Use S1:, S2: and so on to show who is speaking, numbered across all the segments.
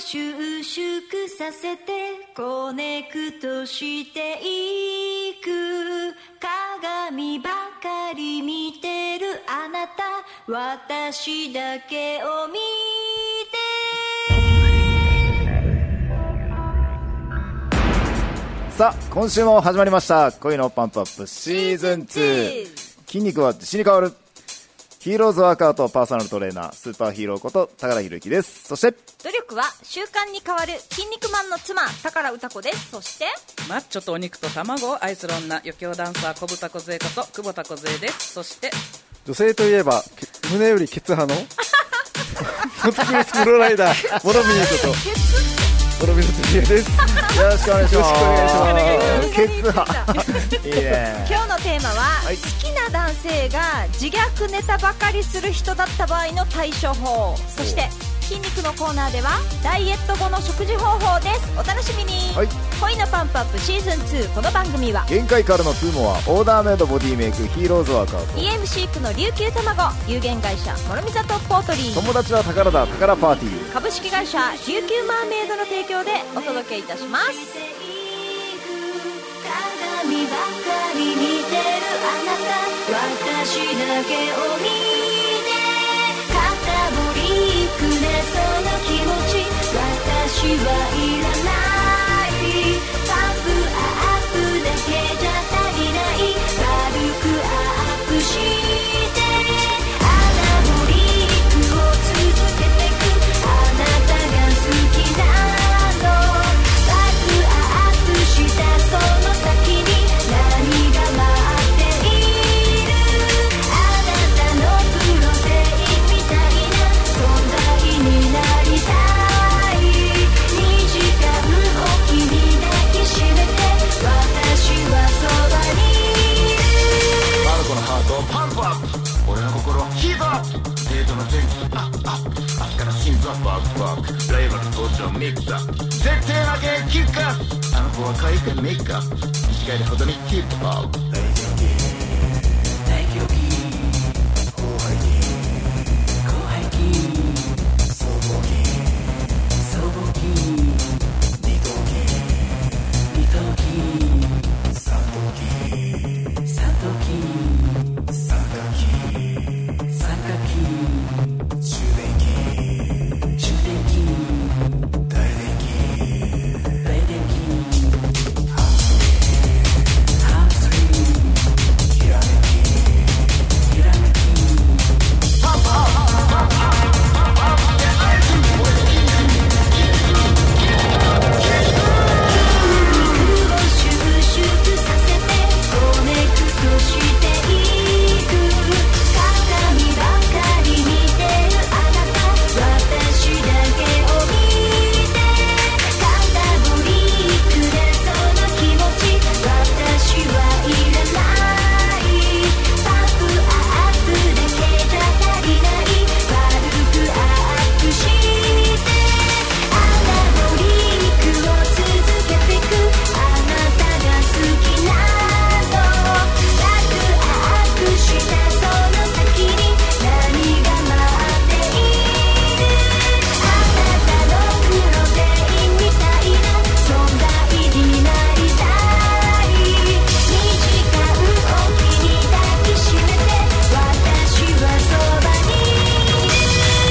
S1: 収縮させてコネクトしていく鏡ばかり見てるあなた私だけを見て
S2: さあ今週も始まりました恋のパンプアップシーズン2筋肉は死に変わるヒーローズワークアウトパーソナルトレーナースーパーヒーローこと高田博之ですそして
S3: 努力は習慣に変わる筋肉マンの妻宝歌子ですそして
S4: マッチョとお肉と卵を愛する女余興ダンサー小豚梢こと久保田梢ですそして
S5: 女性といえばけ胸よりケ ツ派のモトクロスプロライダーモロミネことモロミネトリアです
S2: よろしくお願いします
S5: よ
S2: ケツ派いいね
S3: 今日のテーマは、
S2: はい
S3: 好きな男性が自虐ネタばかりする人だった場合の対処法そして筋肉のコーナーではダイエット後の食事方法ですお楽しみに、
S2: はい
S3: 恋のパンプアップシーズン2この番組は
S2: 限界からのプーモはオーダーメイドボディメイクヒーローズワークアウト
S3: EM 飼育の琉球卵有限会社諸見里ポートリー
S2: 友達は宝だ宝パーティー
S3: 株式会社琉球マーメイドの提供でお届けいたしま
S1: し
S3: す
S1: ていく鏡ばかり見てるあなた私だけを見て肩ぼりくねその気持ち私はいらないパップアップだけじゃ足りない軽くアップしてアナボリックを続けてくあなたが好きなのバックアップしたその先に何が待っているあなたのプロテインみたいな存在になりたい2時間おきに抱きしめて私はそばにいる
S6: マルコのハートをパンプアップ俺の心はヒートアップデートの前日アップアップ明日から心臓バクバクライバル登場ミックスアップ絶対負けんキックアップあの子は回復メイクアップ短いほどにキープアップ
S4: 大狂気後輩気総合気総合気二頭気二頭気三頭気三頭気三角気三角気中電気中電気大電気ハーフスリーハーフスリー
S1: を収縮させてコネクトしていく鏡ばかり見てるあなた私だけを見て肩ぶりくれその気持ち私はいらないパップアップだけじゃ足りない軽くアップしてアナボリックを続けてくあなたが好きなのワクアップしたその先に何が待っているあなたのプロテインみたいな存在になりたい2時間おきに抱きしめて私はそばに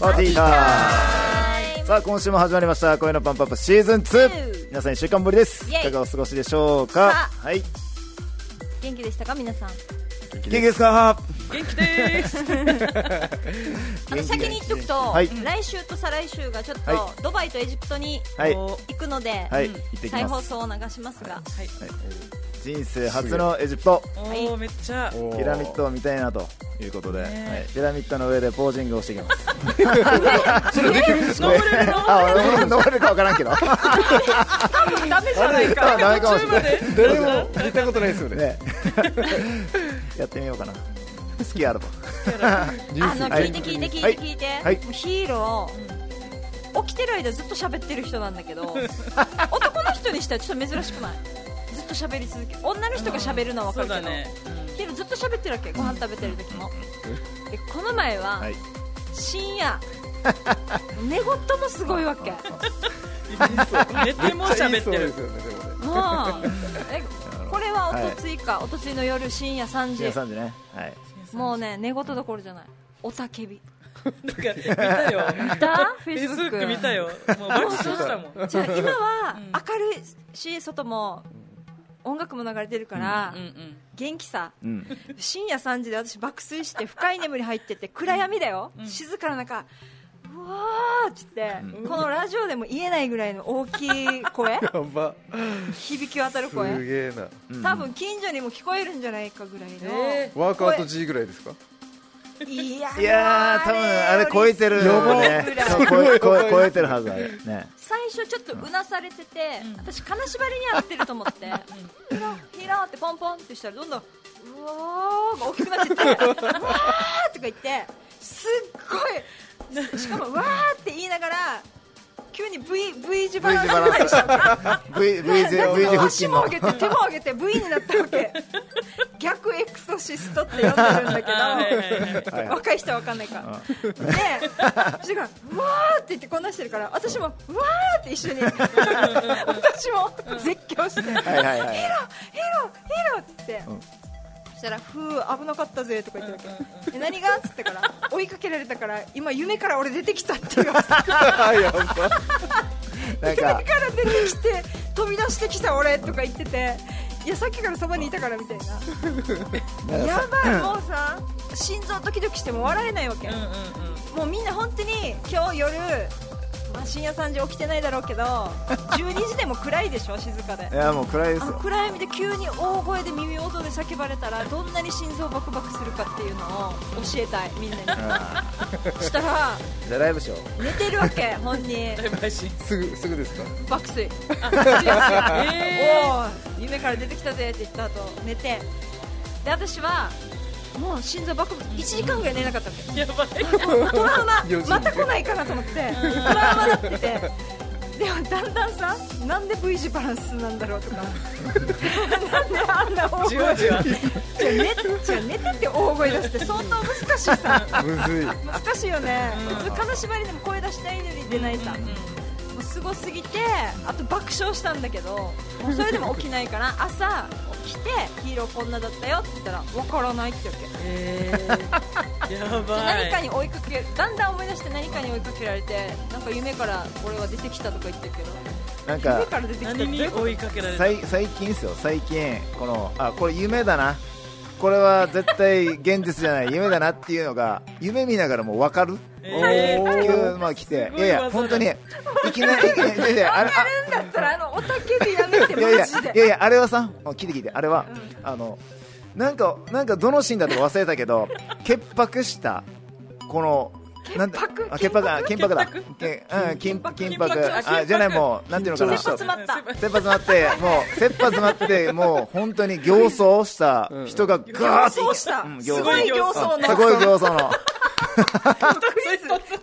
S2: パーティータイムさあ今週も始まりました声のパンプアップシーズン2
S3: 2
S2: 皆さん1週間ぶりですい
S3: イエイ
S2: かがお過ごしでしょうか
S3: さ
S2: はい
S3: 元気でしたか皆さん
S2: 元気ですか
S3: 元気ですあと先に言っとくと、
S2: はい
S3: 来週と再来週がちょっと、
S2: は
S3: ドバイとエジプトに
S2: はい
S3: 行くので、
S2: はい
S3: うん
S2: 行ってき
S3: 再
S2: ま
S3: 放
S2: す
S3: 送を流しますが、
S2: 人生初のエジプト
S7: おおめっちゃ
S5: おー
S2: ピラミッドを見たいなということで、
S7: ね
S2: はいピラミッドの上でポージングをしてきます
S7: 登れるの
S2: あ登る登れるか分からんけど
S7: ダメじゃないか
S2: ダメかもし
S7: 途中
S2: れ
S7: ま
S2: ない
S7: で
S5: 誰も聞いたことないですよね
S2: ねやってみようかな好きあると
S3: あの
S2: は
S3: 聞
S2: い
S3: いて聞いて聞い
S2: はい
S3: て聞いて、
S2: はい
S3: もうヒーロー起きてる間ずっと喋ってる人なんだけど 男の人にしてはちょっと珍しくないずっと喋り続け女の人が喋るのは
S7: そ
S3: 分
S7: う
S3: か
S7: だ
S3: るけど、
S7: ね
S3: ヒーローずっと喋ってるわけご飯食べてる時もでこの前は、
S2: はい
S3: 深夜寝言もすごい わけ
S7: 寝ても喋
S5: めっ
S7: っ
S5: ちゃ
S7: て
S5: 言
S7: る
S5: いそうですよねでもね
S3: もうえこれはおとついか、おとついの夜深夜3時
S2: 皆さんでねはい
S3: もうね寝言どころじゃないおた けび
S7: なんか見たよ
S3: だフ
S7: フ
S3: ェ
S7: ェ
S3: イ
S7: イス
S3: スブ
S7: ブ
S3: ッ
S7: ッ
S3: ク
S7: ク見たよもう爆笑したもん
S3: じゃあ今は明るいし外も音楽も流れてるから
S7: うんうん
S3: 元気さ
S2: うん
S3: 深夜3時で私爆睡して深い眠り入ってて暗闇だよ静かな中うわーって言ってこのラジオでも言えないぐらいの大きい声
S5: やば
S3: 響き渡る
S5: す
S3: 声
S5: げえな
S3: 多分近所にも聞こえるんじゃないかぐらい
S7: え
S3: の
S5: ワークアウト G ぐらいですか
S3: いやー
S2: いやー多分あれ超えてるよね
S3: やば
S2: そう超え超え超えてるはずあれね
S3: 最初ちょっとうなされてて、私金縛りに合ってると思ってヒロヒロってポンポンってしたらどんどんうおーが大きくなってってうわーとか言ってすっごいしかもわーって言いながら急に V, v 字バ
S2: V
S3: ラン
S2: 字
S3: ス
S2: バランスした V, v 字 V 字腹
S3: 足
S2: 筋
S3: も
S2: の
S3: 上げて手も上げて V になったわ け逆エクソシストって呼んでるんだけど、
S2: はい
S3: 若い人は分かんないから、で私がうわーって言ってこんなしてるから私もうわーって 一緒に私も絶叫して、
S2: はいはいはい
S3: ヒロヒロヒロって言って、そしたら「ふう危なかったぜ」とか言ってるわけ、え何が?」っつってから「追いかけられたから今夢から俺出てきた」って言われて
S2: なん
S3: 夢か
S2: から
S3: 出てきて飛び出してきた俺とか言ってていやさっきからそばにいたからみたいなやばいもうさ心臓ドキドキしても笑えないわけ、
S7: うんうんうん
S3: もうみんな本当に今日夜、まあ、深夜3時起きてないだろうけど12時でも暗いでしょ静かで
S2: いやもう暗いです
S3: あの
S2: よ
S3: 暗闇で急に大声で耳元で叫ばれたらどんなに心臓バクバクするかっていうのを教えたいみんなに
S2: あ
S3: したら
S2: ーじゃあライブしよう
S3: 寝てるわけ本人
S7: 大配信
S5: すぐすぐですか
S3: 爆睡
S7: え
S3: おー夢から出てきたぜって言った後寝てで私はもう心臓バクバク1時間ぐらい寝なかったわ
S7: ー
S3: け
S7: やばい
S3: トラウマ
S5: 四時
S3: また来ないかなと思ってトラウマなっててでもだんだんさなんで V 字バランスなんだろう とかなんであんな大
S7: じ
S3: 声
S7: わじわ
S3: じゃあ寝じゃあ寝てて大声出すって相当難しいさ
S5: むずい
S3: 難しいよね普通金縛りでも声出したいのに出ないさ、もうすごすぎてあと爆笑したんだけどもうそれでも起きないから朝起きてヒーローこんなだったよって言ったら分からないってわけ
S7: えーやば
S3: 何
S7: い
S3: かに追いかけだんだん思い出して何かに追いかけられてなんか夢から俺は出てきたとか言ってるけど
S2: なん
S3: 夢
S2: か
S3: から出てきたって
S7: 何に追いかけられた
S2: 最最近ですよ最近このあこれ夢だなこれは絶対現実じゃない夢だなっていうのが夢見ながらもう分かる
S7: えー
S2: いうまあ来て
S7: すご
S2: い
S7: い
S2: やいや
S7: 技だ
S2: 本当にいきなりいきなりいやいやあれあ
S3: やるんだったらあのおたけびやめて
S2: いやいや
S3: マジ
S2: いや
S3: で
S2: いやあれはさもう聞いて聞いてあれは、あのなんかなんかどのシーンだとか忘れたけど潔白したこのなんて
S3: 潔白
S2: あ潔白あ潔白だ
S7: 潔
S2: けうん緊緊
S3: 白緊迫
S7: あ
S2: 迫あ
S7: 緊
S2: じゃない
S7: 迫
S2: もうなんていうのかな
S3: 切羽詰まった
S2: 切羽詰まってもう切羽詰まってもう本当に形相した人がガーッて
S3: 形相した
S2: うん
S3: すごい形相の
S2: すごい形相の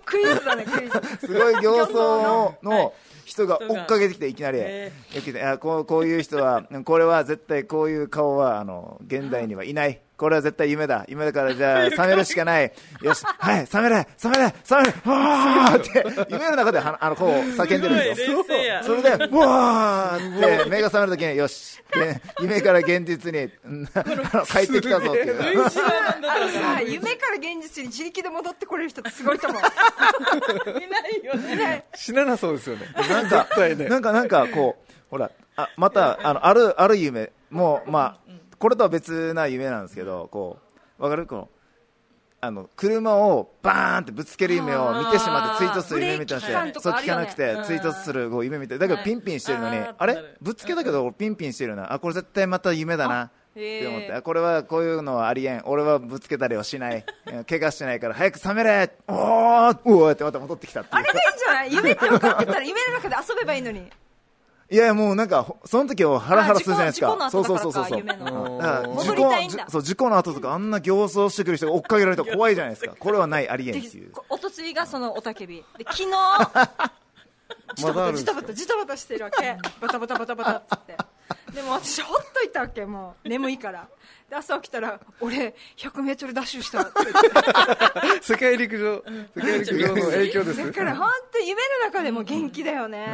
S3: クイズだねクイズ
S2: すごい形相の
S7: はい
S2: 人が追っかけてきていきなり、
S7: え
S2: よく言ってあこうこういう人はこれは絶対こういう顔はあの現代にはいないこれは絶対夢だ夢だからじゃあ冷めるしかないよしはい冷める冷める冷めるわーって夢の中ではあのこう叫んでるんです
S7: す
S2: よ
S7: ごい冷静や
S2: それでうわーって目が覚めるときによしで夢から現実にうんあの帰ってきたぞっていう
S7: V 字盤なんだか
S3: あの
S7: ら
S3: さ夢から現実に自力で戻ってこれる人ってすごいと思う
S7: いないよね
S5: 死ななそうですよね。
S2: なんか
S5: 絶対ね
S2: なんかなんかこうほらあまたあのあるある夢もうまあこれとは別な夢なんですけどこうわかるこのあの車をバーンってぶつける夢を見てしまってツイートする夢みたい
S3: ブレーキ
S2: な
S3: 感と
S2: そう
S3: かあ
S2: 聞
S3: るよ
S2: かな
S3: ね
S2: くてツイートするこう夢みたいだからピンピンしてるのに
S7: あー
S2: あれ
S7: なる
S2: ぶつけたけど俺ピンピンしてるなあこれ絶対また夢だなって思っ
S3: へ
S2: て
S3: ー
S2: あこれはこういうのはありえん俺はぶつけたりはしないうん怪我してないから早く冷めれおーおーってまた戻ってきたっていう
S3: あれがいいんじゃない夢って分かってたら夢の中で遊べばいいのに
S2: いやもうなんかほその時はハラハラするじゃないです
S3: あ事故
S2: か。そう
S3: 事故
S2: そう
S3: の後
S2: そうそ
S3: だ
S2: うそう。
S3: からか夢の
S2: だから
S3: 戻
S2: 事
S3: り
S2: 故
S3: たいんだ
S2: じそう事故の後とかあんな形相してくる人が追っかけられたら怖いじゃない ですか。これはないありえんっていう。
S3: おとついがそのおたけびで昨日
S5: まだあるんで
S3: ジ
S5: すよ
S3: タバタジタバタしてるわけバタバタバタバタっつってでも私ほっといたわけもう眠いからで朝起きたら俺 100m ダッシュしたって言って
S5: 世界陸上、世界陸上の影響です。
S3: だから本当に夢の中でも元気だよね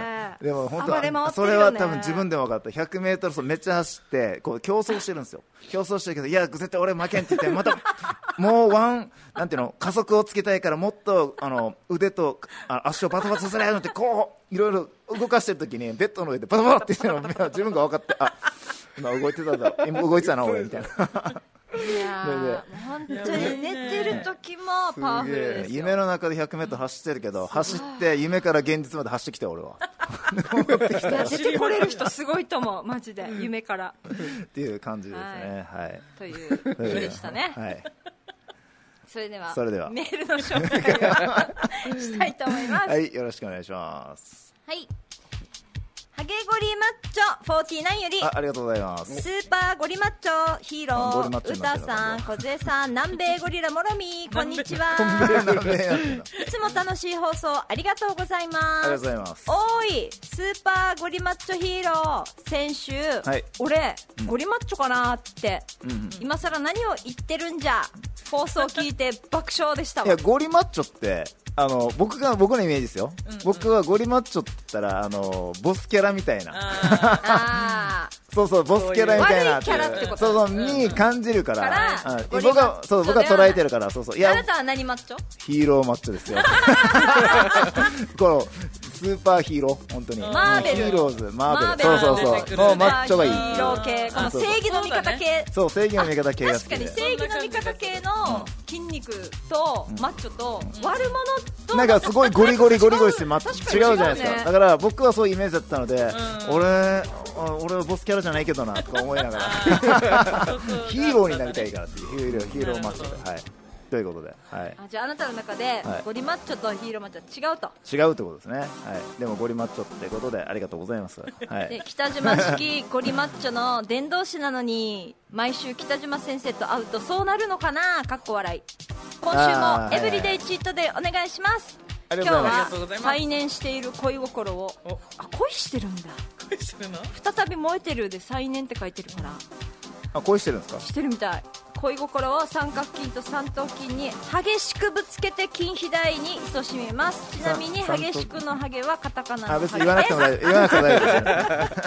S2: でも本
S3: 暴れ回
S2: 当
S3: ってる
S2: そ
S3: よね
S2: れは多分自分でも分かった。100メートル走めっちゃ走ってこう競争してるんですよ。競争してるけどいや絶対俺負けんって言ってまた もうワンなんていうの加速をつけたいからもっとあの腕とあ足をバタバタさせられるってこういろいろ動かしてる時にベッドの上でバタバタっていうのを自分が分かってあ今動いてたんだ今動いてたな俺みたいな。
S3: いやーもう本当に寝てる時もパワフルですよ
S2: 夢の中で 100m 走ってるけど走って夢から現実まで走ってきたよ俺は
S3: いや出てこれる人すごいと思うマジで夢から
S2: っていう感じですねはい
S3: という
S2: という
S3: 夢でしたね
S2: はい
S3: それでは
S2: それでは
S3: メールの紹 介をしたいと思います
S2: はいよろしくお願いします
S3: はい。ハゲゴリマッチョ49より、
S2: あありがとうございます
S3: スーパーゴリマッチョヒーロ
S2: ゴリマッ
S3: ー、
S2: チョ
S3: ウ
S2: になって
S3: タ
S2: るな
S3: さん、小杖さん、南米ゴリラもろみ、こんにちは。
S2: 南米やってんだ
S3: いつも楽しい放送ありがとうござい
S2: ありが
S3: ます。
S2: とうございます
S3: おーい、スーパーゴリマッチョヒーロー、先週、
S2: はい
S3: 俺、ゴリマッチョかなーって、
S2: ん
S3: 今更何を言ってるんじゃ、放送聞いて爆笑でした
S2: い
S3: わ
S2: や。ゴリマッチョってあの僕が僕のイメージですよ、僕はゴリマッチョって言ったらあのボスキャラみたいな
S7: あ
S3: あー
S2: そうそうボスキャラみたいな
S3: 悪いキャラってこと
S2: そうそうに感じるか
S3: から
S2: ら、うん
S3: ゴリ
S2: 僕
S3: マッチョ
S2: はそう僕は捉えてるからそうそうい
S3: あ
S2: や
S3: なたは何マッチョ
S2: ヒーローマッチョ ですよ。このスーパーヒーロー、本当に。
S3: マーベル
S2: ヒーローズ、マーベル。
S3: マーベル
S2: そう
S7: 出
S2: そう
S7: て
S2: そ
S7: く
S2: う。
S7: る
S2: もうマッチョがいい。
S3: ヒーロー系この
S2: あそ
S3: 正
S2: うそう
S3: 義の味方系
S2: そう、正義の味方系が好
S3: 確
S2: き
S3: かに
S2: で。
S3: 正義の味方系の筋肉とマッチョと悪者と
S2: なんかすごいゴリゴリゴリゴリしてま違う
S3: 確か
S2: じ
S3: に
S2: ゃないです
S3: 違うね
S2: かだから僕はそういうイメージだったので俺あ俺はボスキャラじゃないけどなとか思いなが らヒーローになりたいからっていうヒーローヒーローマッチョではいということではい
S3: あじゃああなたの中で
S2: はい
S3: ゴリマッチョとヒーローマッチョは違うと
S2: 違うってことですねはいでもゴリマッチョってことでありがとうございますはい
S3: で北島式ゴリマッチョの伝道師なのに毎週北島先生と会うとそうなるのかなかっこ笑い今
S2: あーはい
S3: 週
S2: は
S3: も
S2: い
S3: エブリデイチートでお願いします
S2: あり
S3: 今
S2: が
S3: 日
S2: とうございます
S7: ありがとうござ
S3: はい
S7: ます
S3: 再燃している恋心を
S7: お
S3: あ恋してるんだ
S7: ーしてるの
S3: 再び燃えてるで再燃って書いてるから
S2: あ恋してるんですか
S3: してるみたい恋心を三角筋と三頭筋に激しくぶつけて筋肥大に勤しみますちなみに
S2: さ三頭
S3: 激しくのハゲはカタカナ
S2: あ
S3: の
S2: 別
S3: ハ
S2: に
S3: ゲ
S2: 言わなくて
S3: です
S2: も大丈夫言わなくても大丈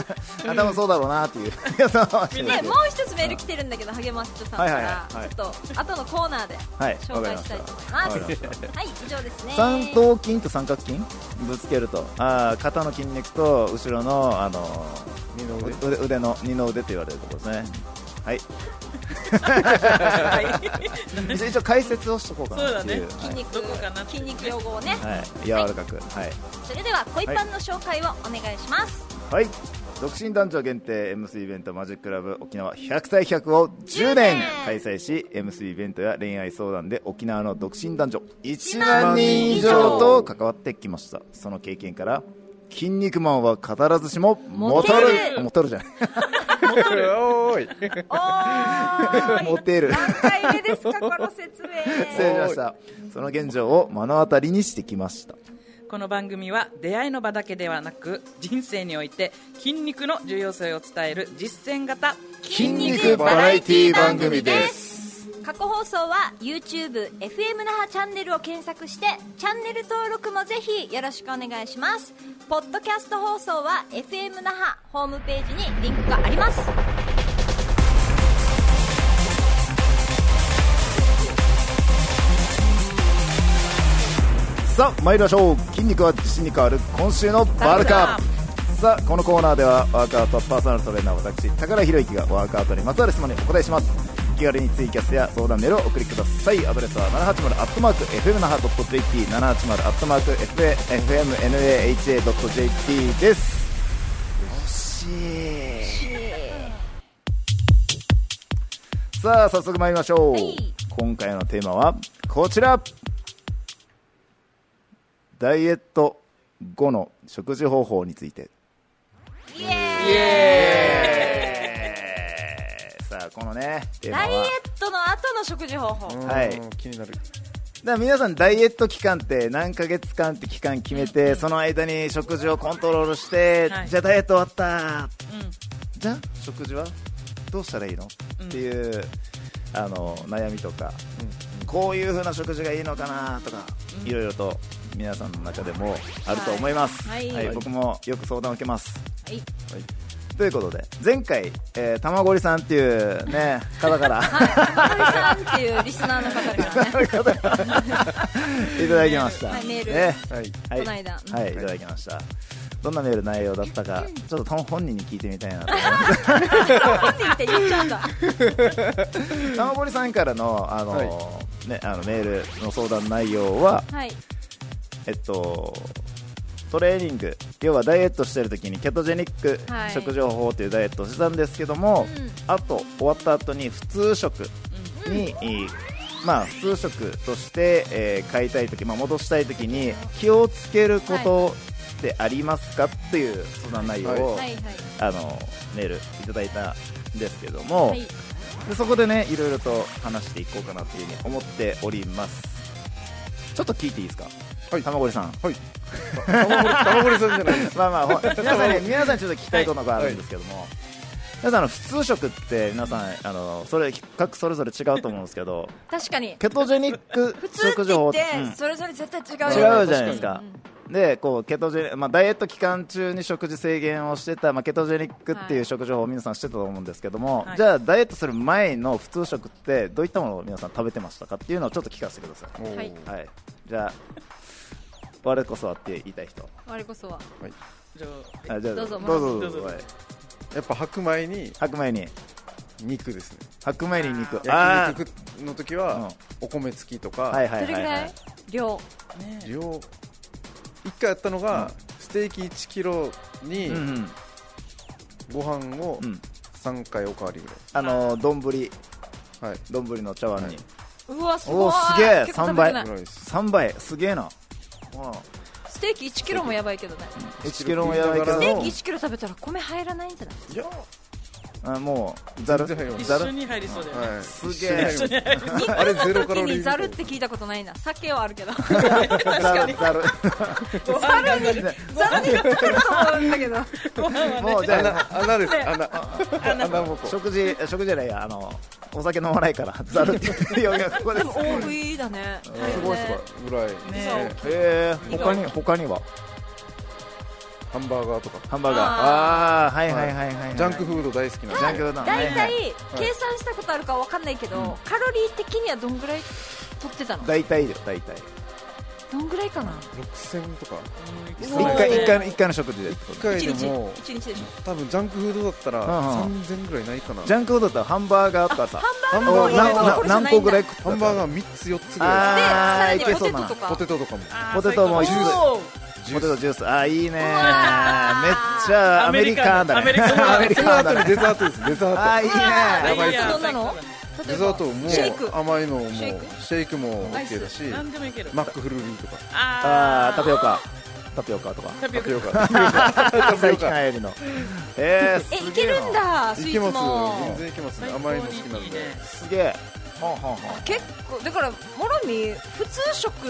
S2: 夫あ多分そうだろうなっていういやそう
S3: でもう一つメール来てるんだけどハゲマッチョさんか
S2: はいはい
S3: ら
S2: はい
S3: ちょ
S2: はい
S3: っと後のコーナーで
S2: はい
S3: 紹介したいと思います
S2: わ
S3: は
S2: かり
S3: い
S2: ました
S3: 以上ですね
S2: 三頭筋と三角筋ぶつけるとあー肩の筋肉と後ろのあの二の腕腕腕の二の腕って言われるところですねはい一 応一応解説をしとこうかなっていう
S7: そう
S2: は
S7: だ
S3: 筋肉
S7: どこかな
S3: 筋肉用語を
S2: い、
S3: ね
S2: はい、柔らかくはい
S3: それでは恋パンの紹介をお願いします
S2: はい独身男女限定 MC イベントマジッククラブ沖縄100歳100を10年開催し MC イベントや恋愛相談で沖縄の独身男女1万人以上と関わってきましたその経験から筋肉マンは必ずしもモテるモテるじゃない
S5: おーい。
S3: おーい
S2: モテる
S3: 何回目ですかこの説明
S2: 失礼しましたその現状を目の当たりにしてきました
S7: この番組は出会いの場だけではなく人生において筋肉の重要性を伝える実践型
S2: 筋肉バラエティ番組です
S3: 過去放送は YouTube FM 那覇チャンネルを検索してチャンネル登録もぜひよろしくお願いしますポッドキャスト放送は FM 那覇ホームページにリンクがあります
S2: さあ参りましょう筋肉は自信に変わる今週のバルカさあこのコーナーではワークアウトパーソナルトレーナー私高田博之がワークアウトにまつわる質問にお答えします気軽にツイキャスや相談メールをお送りくださいアドレスは780 f m 那覇 .jp 780 FMNAHA.jp です惜しいさあ早速参りましょう、
S3: はい
S2: 今回のテーマはこちらダイエット後の食事方法について
S3: イエーイ
S2: さあこのねテーマ
S3: ダイエ
S2: は
S3: ットの後の食事方法、
S5: うん
S2: はい
S5: 気になる
S2: だから皆さんダイエット期間って何ヶ月間って期間決めてその間に食事をコントロールして、
S7: はい
S2: じゃあダイエット終わった
S7: うん
S2: じゃあ食事はどうしたらいいの、っていうあの悩みとか、こういう風な食事がいいのかなとか、いろいろと皆さんの中でもあると思います、
S7: はい
S2: はい
S7: はい
S2: 僕もよく相談を受けます、
S7: はい
S2: ということで前回、えー、たまごりさんっていうね方から
S3: はい、森さんっていうリスナーの方からね
S2: いただきました、
S3: はいメール
S2: ね
S5: は
S2: は
S5: い
S2: い、
S3: この間うん
S2: はい、いただきましたどんなメール内容だったかちょっと本人に聞いてみたいな と思います
S3: って言って言っちゃうんだ
S2: 玉堀さんからのあの、
S5: は
S2: ね、あのメールの相談内容は、
S3: はい
S2: えっと、トレーニング要はダイエットしてる時にケトジェニック
S3: はい
S2: 食事法というダイエットをしてたんですけども、
S3: うん
S2: あと終わった後に普通食に、まあ、普通食として、えー買いたい時、まあ、戻したい時に気をつけることってありますかっていう相談内容を、
S3: はいはい
S2: あのメールいただいたんですけども。
S3: はい
S2: でそこでねいろいろと話していこうかなというふうに思っておりますちょっと聞いていいですか
S5: はい
S2: 玉堀さん
S5: 玉森さんじゃないです
S2: まあまあほ皆さんね皆さんにちょっと聞きたいことがあるんですけども、皆さんあの普通食って皆さんあのそれ各それぞれ違うと思うんですけど
S3: 確かに
S2: ケトジェニック
S3: 普通って
S2: 食事
S3: 言
S2: 法
S3: って、
S2: うん
S3: それぞれ絶対違うよね
S2: 違うじゃないですか。でこうケトジェまあ、ダイエット期間中に食事制限をしてた、まあ、ケトジェニックってい
S7: は
S2: う
S7: い
S2: 食事法を皆さんしてたと思うんですけども、
S7: はい
S2: じゃあダイエットする前の普通食ってどういったものを皆さん食べてましたかっていうのをちょっと聞かせてください、
S3: はい
S2: はい、じゃあ我こそはって言いたい人
S3: 我こそは
S7: じゃ
S2: あじゃあ
S3: どう
S2: ど
S3: ぞ
S2: うぞど
S7: ど
S2: う
S7: う
S2: ぞ
S7: ぞ
S2: はい
S5: やっぱ白米に
S2: 白米に
S5: 肉ですね
S2: 白米に肉あ
S5: 焼肉の時
S2: うん
S5: はお米付きと
S2: あは
S5: か
S2: いはい
S3: ど
S2: はい
S3: れぐ
S2: は
S3: らい
S2: い
S3: 量
S7: あね
S5: 量一回やったのがステーキ1キロに
S2: うんうん
S5: ご飯を
S2: うん
S5: 3回おかわりぐらい
S2: あの丼
S5: はい
S2: 丼の茶碗に、
S5: はいう
S3: わす
S2: お
S3: ごい
S2: ーすげえ
S3: 結構食べてない
S5: ぐらいです
S2: 3倍すげえなうん
S3: ステーキ1キロもやばいけどね
S2: 1キロもやばいけ
S5: ス
S2: ど
S3: ステーキ
S5: 一
S3: 1キロ食べたら米入らないんじゃない
S5: いや
S2: あもうざる
S5: 全然入ります
S7: 一
S2: ざ
S7: 緒
S2: る
S7: に入りそうだよね
S5: はい
S2: すげえ
S5: 一緒にやり
S3: 肉
S5: あれゼロ
S3: の
S5: カロ
S3: 時
S5: リー
S3: にざるって聞いたことないな酒はあるけど
S2: ざるざ る
S7: ご飯がね
S3: ざるにかかると思うんだけど
S7: ご飯はね
S2: もうじゃあ
S5: ます穴穴です穴穴ぼこ
S2: 食事食事じゃないやあのお酒飲まないからざるって言うよここで
S3: ですも大食いだねす
S5: すごいすごいぐらいですね
S7: ね
S2: へえ他に他には
S5: ハンバーガーとか
S2: ハンバーガーああーはいはいはいはいはい
S5: ジャンクフード大好きなん
S2: ジャンク
S5: で
S2: フード
S3: 大
S2: はい
S3: 体
S2: はい
S3: 計算したことあるかわかんないけど、カロリー的にはどんぐらい取ってたの
S2: 大体だよ大体
S3: どんぐらいかな
S5: 6000とか
S2: 一
S7: うわ
S2: 回一回の一回の食事でってこと
S5: 1回
S3: 一
S5: で
S3: 日
S5: も
S3: 一日でしょ
S5: 多分ジャンクフードだった
S2: うんう
S5: ら
S2: ん
S5: 3000ぐらいないかな
S2: ジャンクフードだったらハンバーガーとかさ
S5: ハンバ
S2: お
S5: ーガ
S2: な
S5: ー
S2: な
S3: これじゃないんだ
S2: 何個ぐらい食った
S5: ハンバーガー3つ4つぐ
S2: あ
S5: ら
S3: でさら
S2: ー
S3: に
S2: いけ
S3: ポ
S2: そう
S3: テ
S2: だ
S3: ト
S2: な
S3: と
S5: い
S3: か
S5: ポテトとかも
S7: あー
S2: ポテトも
S7: 最高
S2: ジュ
S7: おー
S2: ポテトジュースあーいいねめっ
S3: わー
S2: ちゃアメリカンだね
S7: アメリカンだ
S2: アメリ
S5: そ
S2: カン
S5: の
S2: だ
S5: 後に
S2: ね
S5: デザートですデザ
S2: あ
S5: ー
S2: ーいいね
S3: あ
S5: やばい
S3: ーどんなの
S5: トデザートも
S3: シェイク
S5: 甘いのもシ
S3: シ
S5: ェ
S3: ェイ
S5: イクも
S7: アイ
S5: OK だし
S7: ス何でもいける
S5: マックフルーリーとか
S2: あー
S7: あー
S2: タピオカタピオカとか
S7: タピオカ
S5: よかった
S2: 最近流行りのえー、すげえな
S3: え
S2: い
S3: けるんだス
S5: い
S3: イ
S5: け
S3: ー
S5: ま
S3: ツも
S5: す全然いけますね
S7: 最高
S5: 甘いの好きなんで
S7: いいね
S2: すげえはんはんはん
S3: 結構だからもろみ普通食こ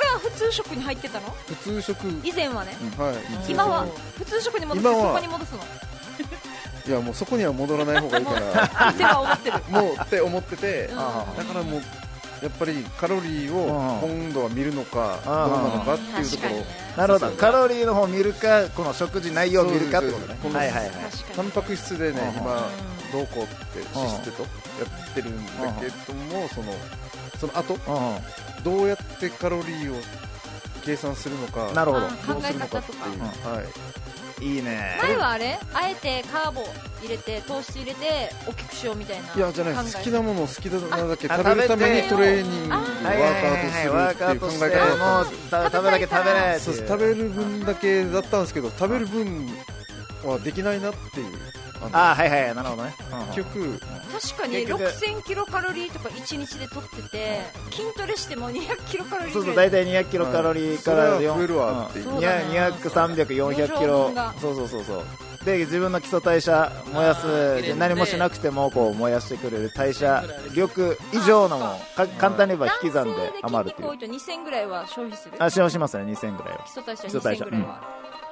S3: れは普通食に入ってたの
S5: 普通食
S3: 以前はね
S5: はい
S3: 今は普通食に戻して
S5: 今は
S3: そこに戻すの
S5: いいやもうそこには戻らない方がい いか
S3: 手は思ってる
S5: なもうって思ってて、だ
S2: あー
S5: からもうやっぱりカロリーを
S2: うん
S5: 今度は見るのかどう
S2: あー
S5: なのかっていうと
S3: 確
S5: ころ
S3: かにね
S2: なるほどカロリーの方見るかこの食事内容を見るかってことね
S5: そうです
S2: はいはいはい
S3: 確
S5: タ
S3: か
S5: ン
S3: に
S5: パク質でね
S2: うん
S5: 今どうこうって脂質とやってるんだけどもそのその後
S2: う
S5: どうやってカロリーを計算するのか
S2: んなるほ
S3: あ
S5: どうするのかっていう
S3: 考え
S2: 方と
S5: はい
S2: どいいね
S3: 前はあれあえてカーボ入れて糖質入れて大きくしようみたいない
S5: やじゃない好きなものを好きなだけ食べるためにトレーニングワー
S2: はいはいはいワー
S5: カ
S2: カ
S5: ー
S2: ー
S5: ト
S2: と
S5: す
S2: し
S5: るってていう考え方だった
S2: もうた食べだけ食べれって
S5: そう
S2: い
S5: です
S2: う
S5: 食べる分だけだったんですけど食べる分はできないなっていうあ
S2: ああはいはいなるほどねうんうん
S5: の結局
S3: 確かに
S2: 結局
S3: 6000キロカロリーとか1日で取ってて筋トレしても200キロカロリー
S2: そうそう
S3: ぐ
S2: 大
S3: らい
S2: 体200キロカロリーから
S5: それは増えるわっていう
S3: そうだな
S2: 200300キ
S3: 余剰
S2: ロ
S3: 分が
S2: そうそうそうそうで自分の基礎代謝燃や
S7: あー
S2: す
S7: 入
S2: で
S7: れて
S2: 何もしなくてもこう燃やしてくれる代謝力以上のものか簡単に言えば引き算で
S3: 男性
S2: 余るっ
S3: で筋
S2: てい
S3: 肉多いうと2000ぐらいは消費する
S2: あ使用しますね2000ぐらいは
S3: 基礎代謝
S2: 基礎代謝
S3: 2000ぐらいは、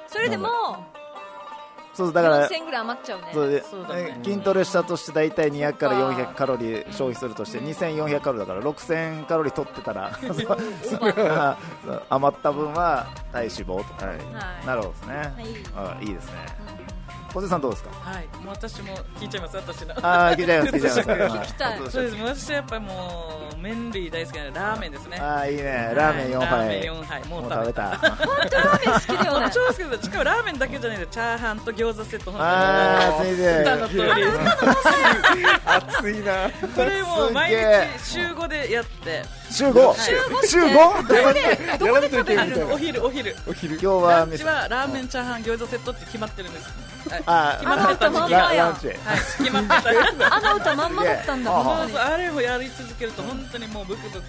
S3: それでも
S2: そうそうだから
S3: 4000ぐらい余っちゃうね
S2: そうで
S7: そうだね
S2: 筋トレしたとして大体200から
S3: そっか
S2: 400カロリー消費するとして2400カロリーだから6000カロリー取ってたらそうそう 余った分は体脂肪と、
S3: はい
S2: なるほどですね、あいいですね小手さんどうですか
S7: はい、もう私も聞いちゃいます、私の。
S2: ああ聞いちゃいます聞いちゃい ます
S3: 聞きたい
S2: はい
S7: そうです、私はやっぱりもう麺類大好きなんでラーメンですね。
S2: ああいいねラーメン4杯、
S7: ラーメン4杯も
S2: も
S7: う
S2: う
S7: 食
S2: 食
S7: べ
S2: べ
S7: た。
S2: た
S3: 好きだよ ね
S7: 超好きです。しかもラーメンだけじゃないです。チャーハンと餃子セット。
S2: あー
S7: 本当に
S2: そ
S7: の
S2: れ
S7: 通り。
S5: 熱いな
S7: これもう毎
S2: すげえ
S7: 日週5でやって。
S2: 週 5! 週 5!
S5: やらんといけ
S7: あ
S5: ないみたい
S7: の
S5: な
S7: お昼お昼。
S5: お昼
S2: 今日は
S7: ランチはラーメンチャーハン餃子セットって決まってるんです。
S2: あ
S7: 決
S2: ー
S7: まってた時期が。
S2: ラ
S7: はい、
S2: ランチ
S7: 決まってた。そう
S3: あの歌まんまだったんだ
S2: すげえ
S7: そ
S3: 本当に
S7: うあれをやり続けると本当にもうブクブク。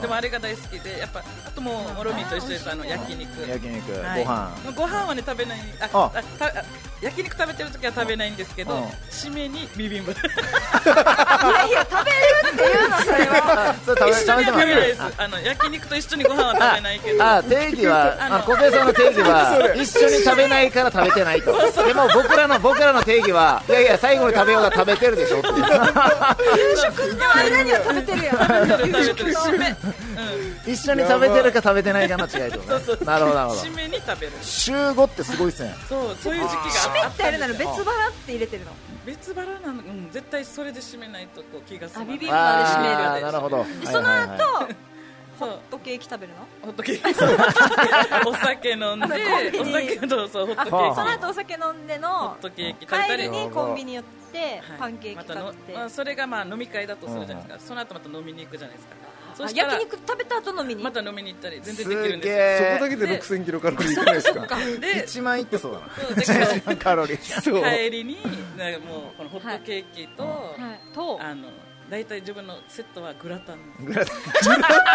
S7: でもあれが大好きで、やっぱあともうモロミーと一緒ですあの焼肉。
S2: 焼肉、
S7: は
S2: ご
S7: い
S2: 飯
S7: ご飯はね食べないあ
S2: あ
S7: あたあ焼肉食べてる時は食べないんですけど
S2: うん
S7: 締めにビビンバ
S2: それ食べ
S7: 一緒には食べないで
S2: る
S7: すあの焼肉と一緒にご飯は食べないけど
S2: あ定義は
S7: あの
S2: あの小平さんの定義は一緒に食べないから食べてないとでも僕らの僕らの定義はいやいや最後に食べようが食べてるでしょっていう
S3: 何を食べてるや ん
S7: 食べてる食べてる締め
S2: 一緒に食べてるか食べてないかの違いってこと
S7: そうそう
S2: ねなるほどなるほど
S7: 締めに食べる
S2: 週5ってすごいっすね
S7: そうそういう時期があっ
S3: ってあれな
S7: たん
S3: の
S7: です
S3: 別
S7: よ
S3: 腹って入れてるの
S7: 別腹なのうん絶対それで締めないとこう気が済まな
S3: あビ
S7: い
S3: ビンバ
S2: あ
S3: 締める
S2: あーなるほど
S3: でその
S2: はいはいはい
S3: 後
S7: そう
S3: ホットケーキ食べるの
S7: ホットケーキお酒飲んで
S3: あのコ
S7: お
S3: ンビニ
S7: 酒どうぞホットケ
S2: は
S7: ー
S2: あ
S7: キ
S3: その後お酒飲んで
S7: ホ
S3: の
S7: ットケーキ食べた
S3: 帰
S7: り
S3: りにコンビニ寄って
S7: はい
S3: パンケーキ
S7: またの
S3: 食べて
S7: まあ、それがまあ飲み会だとするじゃないですか、その後また飲みに行くじゃないですかそ
S3: あ
S7: したら
S3: 焼肉食べた後飲みに
S7: また飲みに行ったり全然
S2: す
S7: できるん
S2: げ
S7: で
S5: そこだ
S2: え
S5: けで6000キロカロリーいくないですか
S7: すよ
S2: 1万いってそうだ
S7: でそうで
S2: な カロリー
S5: そう
S7: 帰りになんかもうこのホットケーキと、
S3: はいと
S7: あの大体自分のセットはグラタン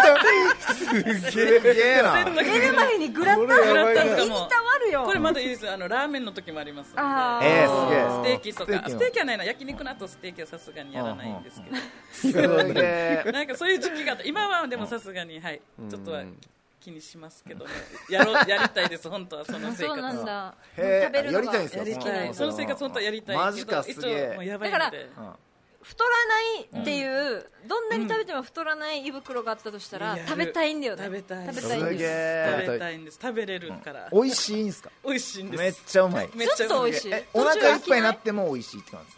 S2: すげえな
S7: セットが
S3: 寝る前にグラタン
S5: これやばい
S7: グラ
S5: な
S7: タン
S3: 行
S7: が
S3: き
S7: もう
S3: たわるよ
S7: これまだいいですよあのラーメンの時もあります
S3: あー
S2: えーすげえ
S7: ステーキとかステーキはないな焼肉の後ステーキはさすがにやらないんですけど
S2: すげえ
S7: なんかそういう時期があった今はでもさすがにはいちょっとは気にしますけどねや ろうやりたいです本当はその生
S3: そう
S7: 活
S3: なんだ
S2: へー
S3: 食べるの
S2: や
S3: が
S2: りたいんですよ
S3: やりた
S7: はいい
S2: ん
S7: その生活本当はやりたいけど
S2: マジかすげえ
S7: 一応もうやばいんで
S3: だから太らないっていう、どんなに食べても太らない胃袋があったとしたら、
S7: うん
S3: 食べたいんだよね
S7: 食べたい
S3: 食べたいん
S2: すげ
S3: です
S2: え
S7: 食べたいんです食べれるから
S2: 美味しいんすか
S7: 美味しいんです
S2: めっちゃうまい
S7: め
S3: ちょっと美味しい
S2: えお腹いっぱいになっても美味しいって感じ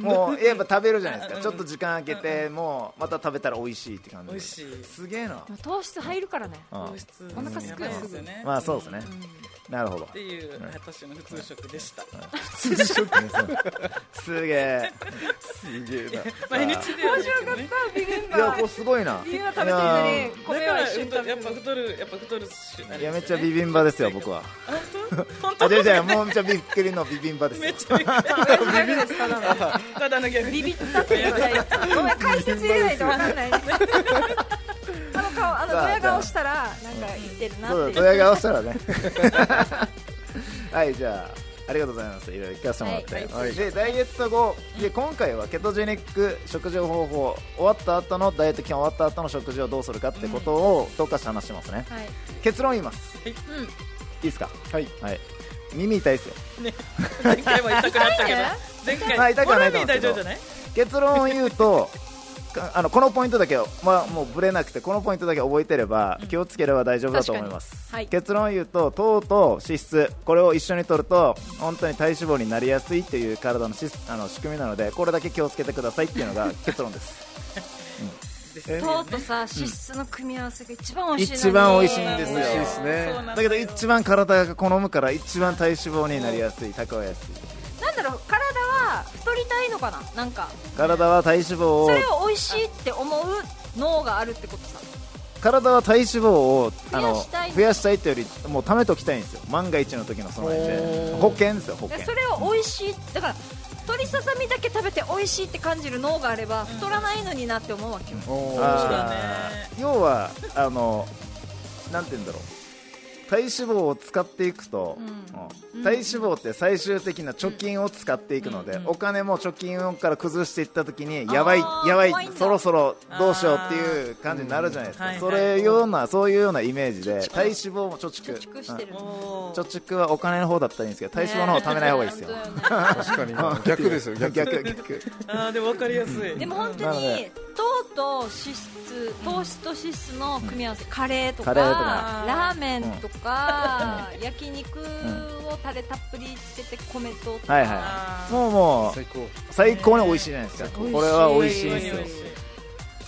S2: もうやっぱ食べるじゃないですかちょっと時間空けてもうまた食べたら美味しいって感じ
S7: 美味しい
S2: すげえな
S3: でも糖質入るからね
S2: うん
S7: 糖質
S3: お腹すくよ
S7: やばいですよね
S2: まあそうですね
S7: んっ
S2: なるほど
S7: ていう私の普通食でした
S2: すげえ
S5: すげえな
S7: 毎日でやるんですけどね
S3: ビビン
S2: いやこれすごいな
S3: ビビンバ食べてるのに
S7: だ
S3: 米
S7: か
S3: は
S7: ら
S3: 一緒に食べ
S7: や
S3: て
S7: っ
S3: る
S7: ぱ太るやっぱ太るしあれですよ
S2: い
S7: ね
S2: やめっちゃビビンバですよ僕は
S7: 本当
S2: あじゃあじゃあもうめっちゃびっくりのビビンバですよ
S7: めっちゃビビ ただのギャグ
S3: ビビったって言いたいごめん解説入れないと分かんないあの顔あのドヤ顔したらなんか言ってるな
S2: そう
S3: っ
S2: だ
S3: て
S2: ドヤ顔したら ねはいじゃあありがとうございますいろいろ聞かせてもらって、
S5: はい
S2: でダイエット後で今回はケトジェニック食事方法終わった後のダイエット期間終わった後の食事をどうするかってことを特化して話してますね、
S3: はい
S2: 結論言います、
S7: はい
S2: いいですか
S5: はい
S2: はい耳痛いっすよ
S7: 前回は痛くなったけど前回
S2: まあ痛くはないと
S7: モ
S2: 思うん
S7: ロミ
S2: ですけ
S7: ー大丈
S2: ど
S7: 夫じゃない
S2: 結論を言うとかあのこのポイントだけは、まあ、もうぶれなくてこのポイントだけ覚えてれば気をつければ大丈夫だと思います、
S3: 確かにはい
S2: 結論を言うと糖と脂質これを一緒に取ると本当に体脂肪になりやすいという体のシスあの仕組みなのでこれだけ気をつけてくださいっていうのが結論です
S3: 糖とさ脂質の組み合わせが一番美味しいのに
S2: 一番美味しいんです
S5: 美
S2: よ
S5: 味しいです
S7: そうな
S5: ね
S2: だ
S7: ん
S2: けど一番体が好むから一番体脂肪になりやすい蓄えやすい
S3: なんだろう体は太りたいのかななんか
S2: 体は体脂肪を
S3: それを美味しいって思う脳があるってことさ
S2: 体は体脂肪をあ
S3: 増や
S2: の
S3: したい
S2: 増やしたいというよりもう貯めておきたいんですよ万が一の時の備えで保険ですよ保
S3: で
S2: 険
S3: それを美味しいだから鶏ささみだけ食べて美味しいって感じる脳があれば太らないのになって思うわけよ、
S5: おー
S2: あー要はあのなんて言うんだろう体脂肪を使っていくと、うん体脂肪って最終的な貯金を使っていくので、お金も貯金から崩していった時に、やばい
S3: あー
S2: やば
S3: 怖い
S2: い
S3: んだ
S2: そろそろどうしようっていう感じになるじゃないですか、
S7: うんはい
S2: それようなそういうようなイメージで体脂肪も貯蓄
S3: 貯蓄して
S2: う
S3: る
S2: ん
S3: の
S7: おー
S2: 貯蓄はお金の方だったらいいんですけど体脂肪の方を貯めない方がいいですよ、
S3: ね本当だよね
S5: 確かに今逆ですよ逆
S2: 逆逆
S7: あーでも分かりやす い
S3: でも本当
S2: なので
S3: に糖と脂質糖質と脂質の組み合わせ、カレーとか
S2: カレーと
S7: か
S3: ラーメンとか、焼肉をタレたっぷりつけて米ととか、
S2: はいは
S7: あ
S2: いもうもう
S5: 最高
S2: 最高に美味しいじゃないですか、これは美味しいんです
S7: ー
S2: よ
S7: 美味しい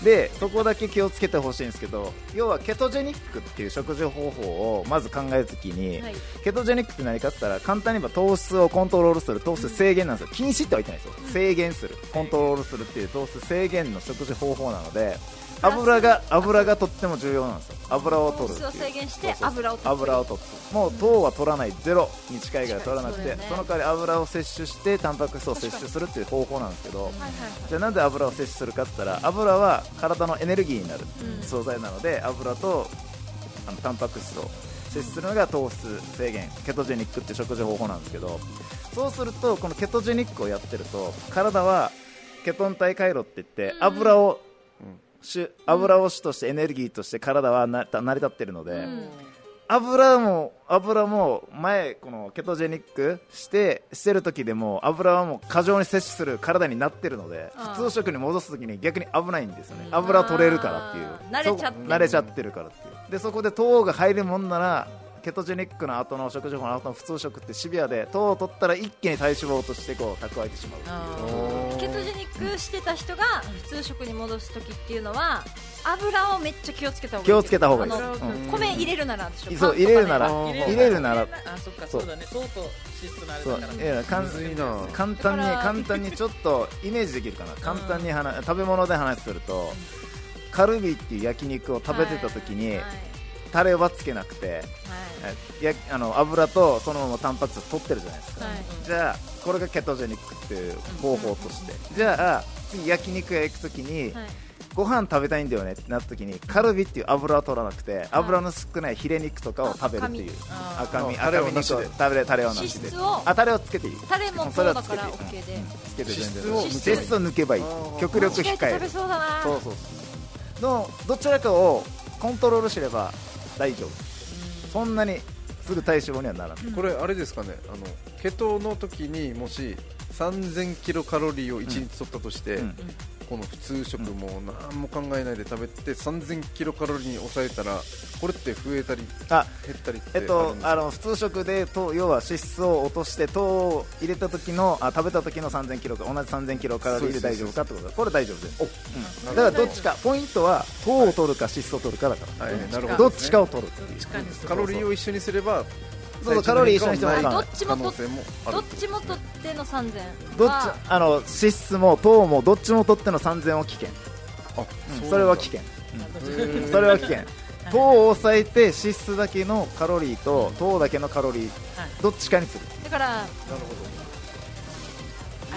S2: でそこだけ気をつけてほしいんですけど要はケトジェニックっていう食事方法をまず考えるときに、
S3: はい
S2: ケトジェニックって何かって言ったら簡単に言えば糖質をコントロールする糖質制限なんですよ、禁止ってはいけないですよ、制限するコントロールするっていう糖質制限の食事方法なので油が油がとっても重要なんですよ油を取るっていう
S3: 糖質を制限して
S2: そうそう
S3: 油を取る
S2: 油を取るもう糖は取らないゼロに近いから取らなくて
S3: 確
S2: そ,、
S3: かにそうだよ
S2: の代
S3: ね
S2: わり油を摂取してタンパク質を摂取するっていう方法なんですけど、
S3: はいはい
S2: じゃあなんで油を摂取するかって言ったら油は体のエネルギーになる素材なので、油とあのタンパク質を摂取するのが糖質制限ケトジェニックっていう食事方法なんですけどそうするとこのケトジェニックをやってると体はケトン体回路って言って油を、主油を主としてエネルギーとして体はな成り立ってるので、油も油も前このケトジェニックしてしてる時でも油はもう過剰に摂取する体になってるので
S3: あー
S2: 普通食に戻す時に逆に危ないんですよね油取れるからっていう
S3: あー慣れちゃってる
S2: そ慣れちゃってるからっていうでそこで糖が入るもんならケトジェニックの後の食事法の後の普通食ってシビアで糖を取ったら一気に体脂肪としてこう蓄えてしまう
S7: あ
S3: ケトジェニックしてた人が普通食に戻す時っていうのは油をめっちゃ気をつけた方がいい
S2: 気をつけた方がいいです
S3: あの
S2: うん
S3: 米入れるならでしょ
S2: そう入れるなら
S3: パンとかね
S7: ー
S2: 入れるなら
S7: あそっかそうだね糖と脂質のあれ
S2: そ
S7: だ
S2: う
S7: から
S2: いや簡
S5: むずいな
S2: 簡単に
S3: だから
S2: 簡単にちょっとイメージでき るかな簡単に話、食べ物で話するとカルビっていう焼肉を食べてた時に、
S3: はいはい
S2: タレはつけなくてえやあの油とそのままタンパク質を取ってるじゃないですか、
S3: はい
S2: じゃあこれがケトジェニックっていう方法として、じゃあ次焼肉屋行く時に、
S3: はい
S2: ご飯食べたいんだよねってなった時にカルビっていう油を取らなくて油の少ないヒレ肉とかを食べるっていう
S7: あ
S2: 赤身
S5: あー
S2: 赤身肉で
S5: タレをなしで
S2: 食べるタレをなしで
S3: 脂質を
S2: あタレをつけていい
S3: タレも
S2: それ
S3: そう
S2: は
S3: だ
S2: つ
S3: か
S2: けてい
S3: ら
S2: い
S3: OK で
S2: つけて全然
S5: 脂
S3: 質を
S2: 脂質を抜けばいい
S5: あー
S2: 極力
S3: 間違えて
S2: 控え
S3: 食べ
S2: る
S3: そうだな
S2: そうそうそうのどちらかをコントロールすれば大丈夫そんなにすぐ体脂肪にはならない
S5: これあれですかねあのケトの時にもし3000キロカロリーを1日取ったとして、
S2: うん
S5: この普通食も何も考えないで食べて3000キロカロリーに抑えたらこれって増えたり
S2: あ
S5: 減ったりって
S2: えっ
S5: あるん
S2: と
S5: ですか
S2: あの普通食で糖要は脂質を落として糖を入れた時のあ食べた時の3000キロか同じ3000キロカロリーで大丈夫かってことだこれ大丈夫ですうんだからどっちかポイントは糖を取るか脂質を取るかだから
S5: はいなるほど
S2: どっちかを取るっていう
S7: 確かにそう
S5: カロリーを一緒にすれば
S2: そうそうカロリー一緒にしてもら
S5: ら
S2: え
S5: え
S2: ば
S3: どっちも
S5: 可能
S3: 取
S5: 性
S3: っ
S5: もある
S3: どっちも取っての3000
S2: どっち
S3: は
S2: あの脂質も糖もどっちも取っての3000は危険
S5: あ
S2: うんそれは危険
S5: 険
S2: それは危険糖を抑えて脂質だけのカロリーと糖だけのカロリ
S7: はい
S2: ーどっちかにする
S3: だからあ
S5: なるほど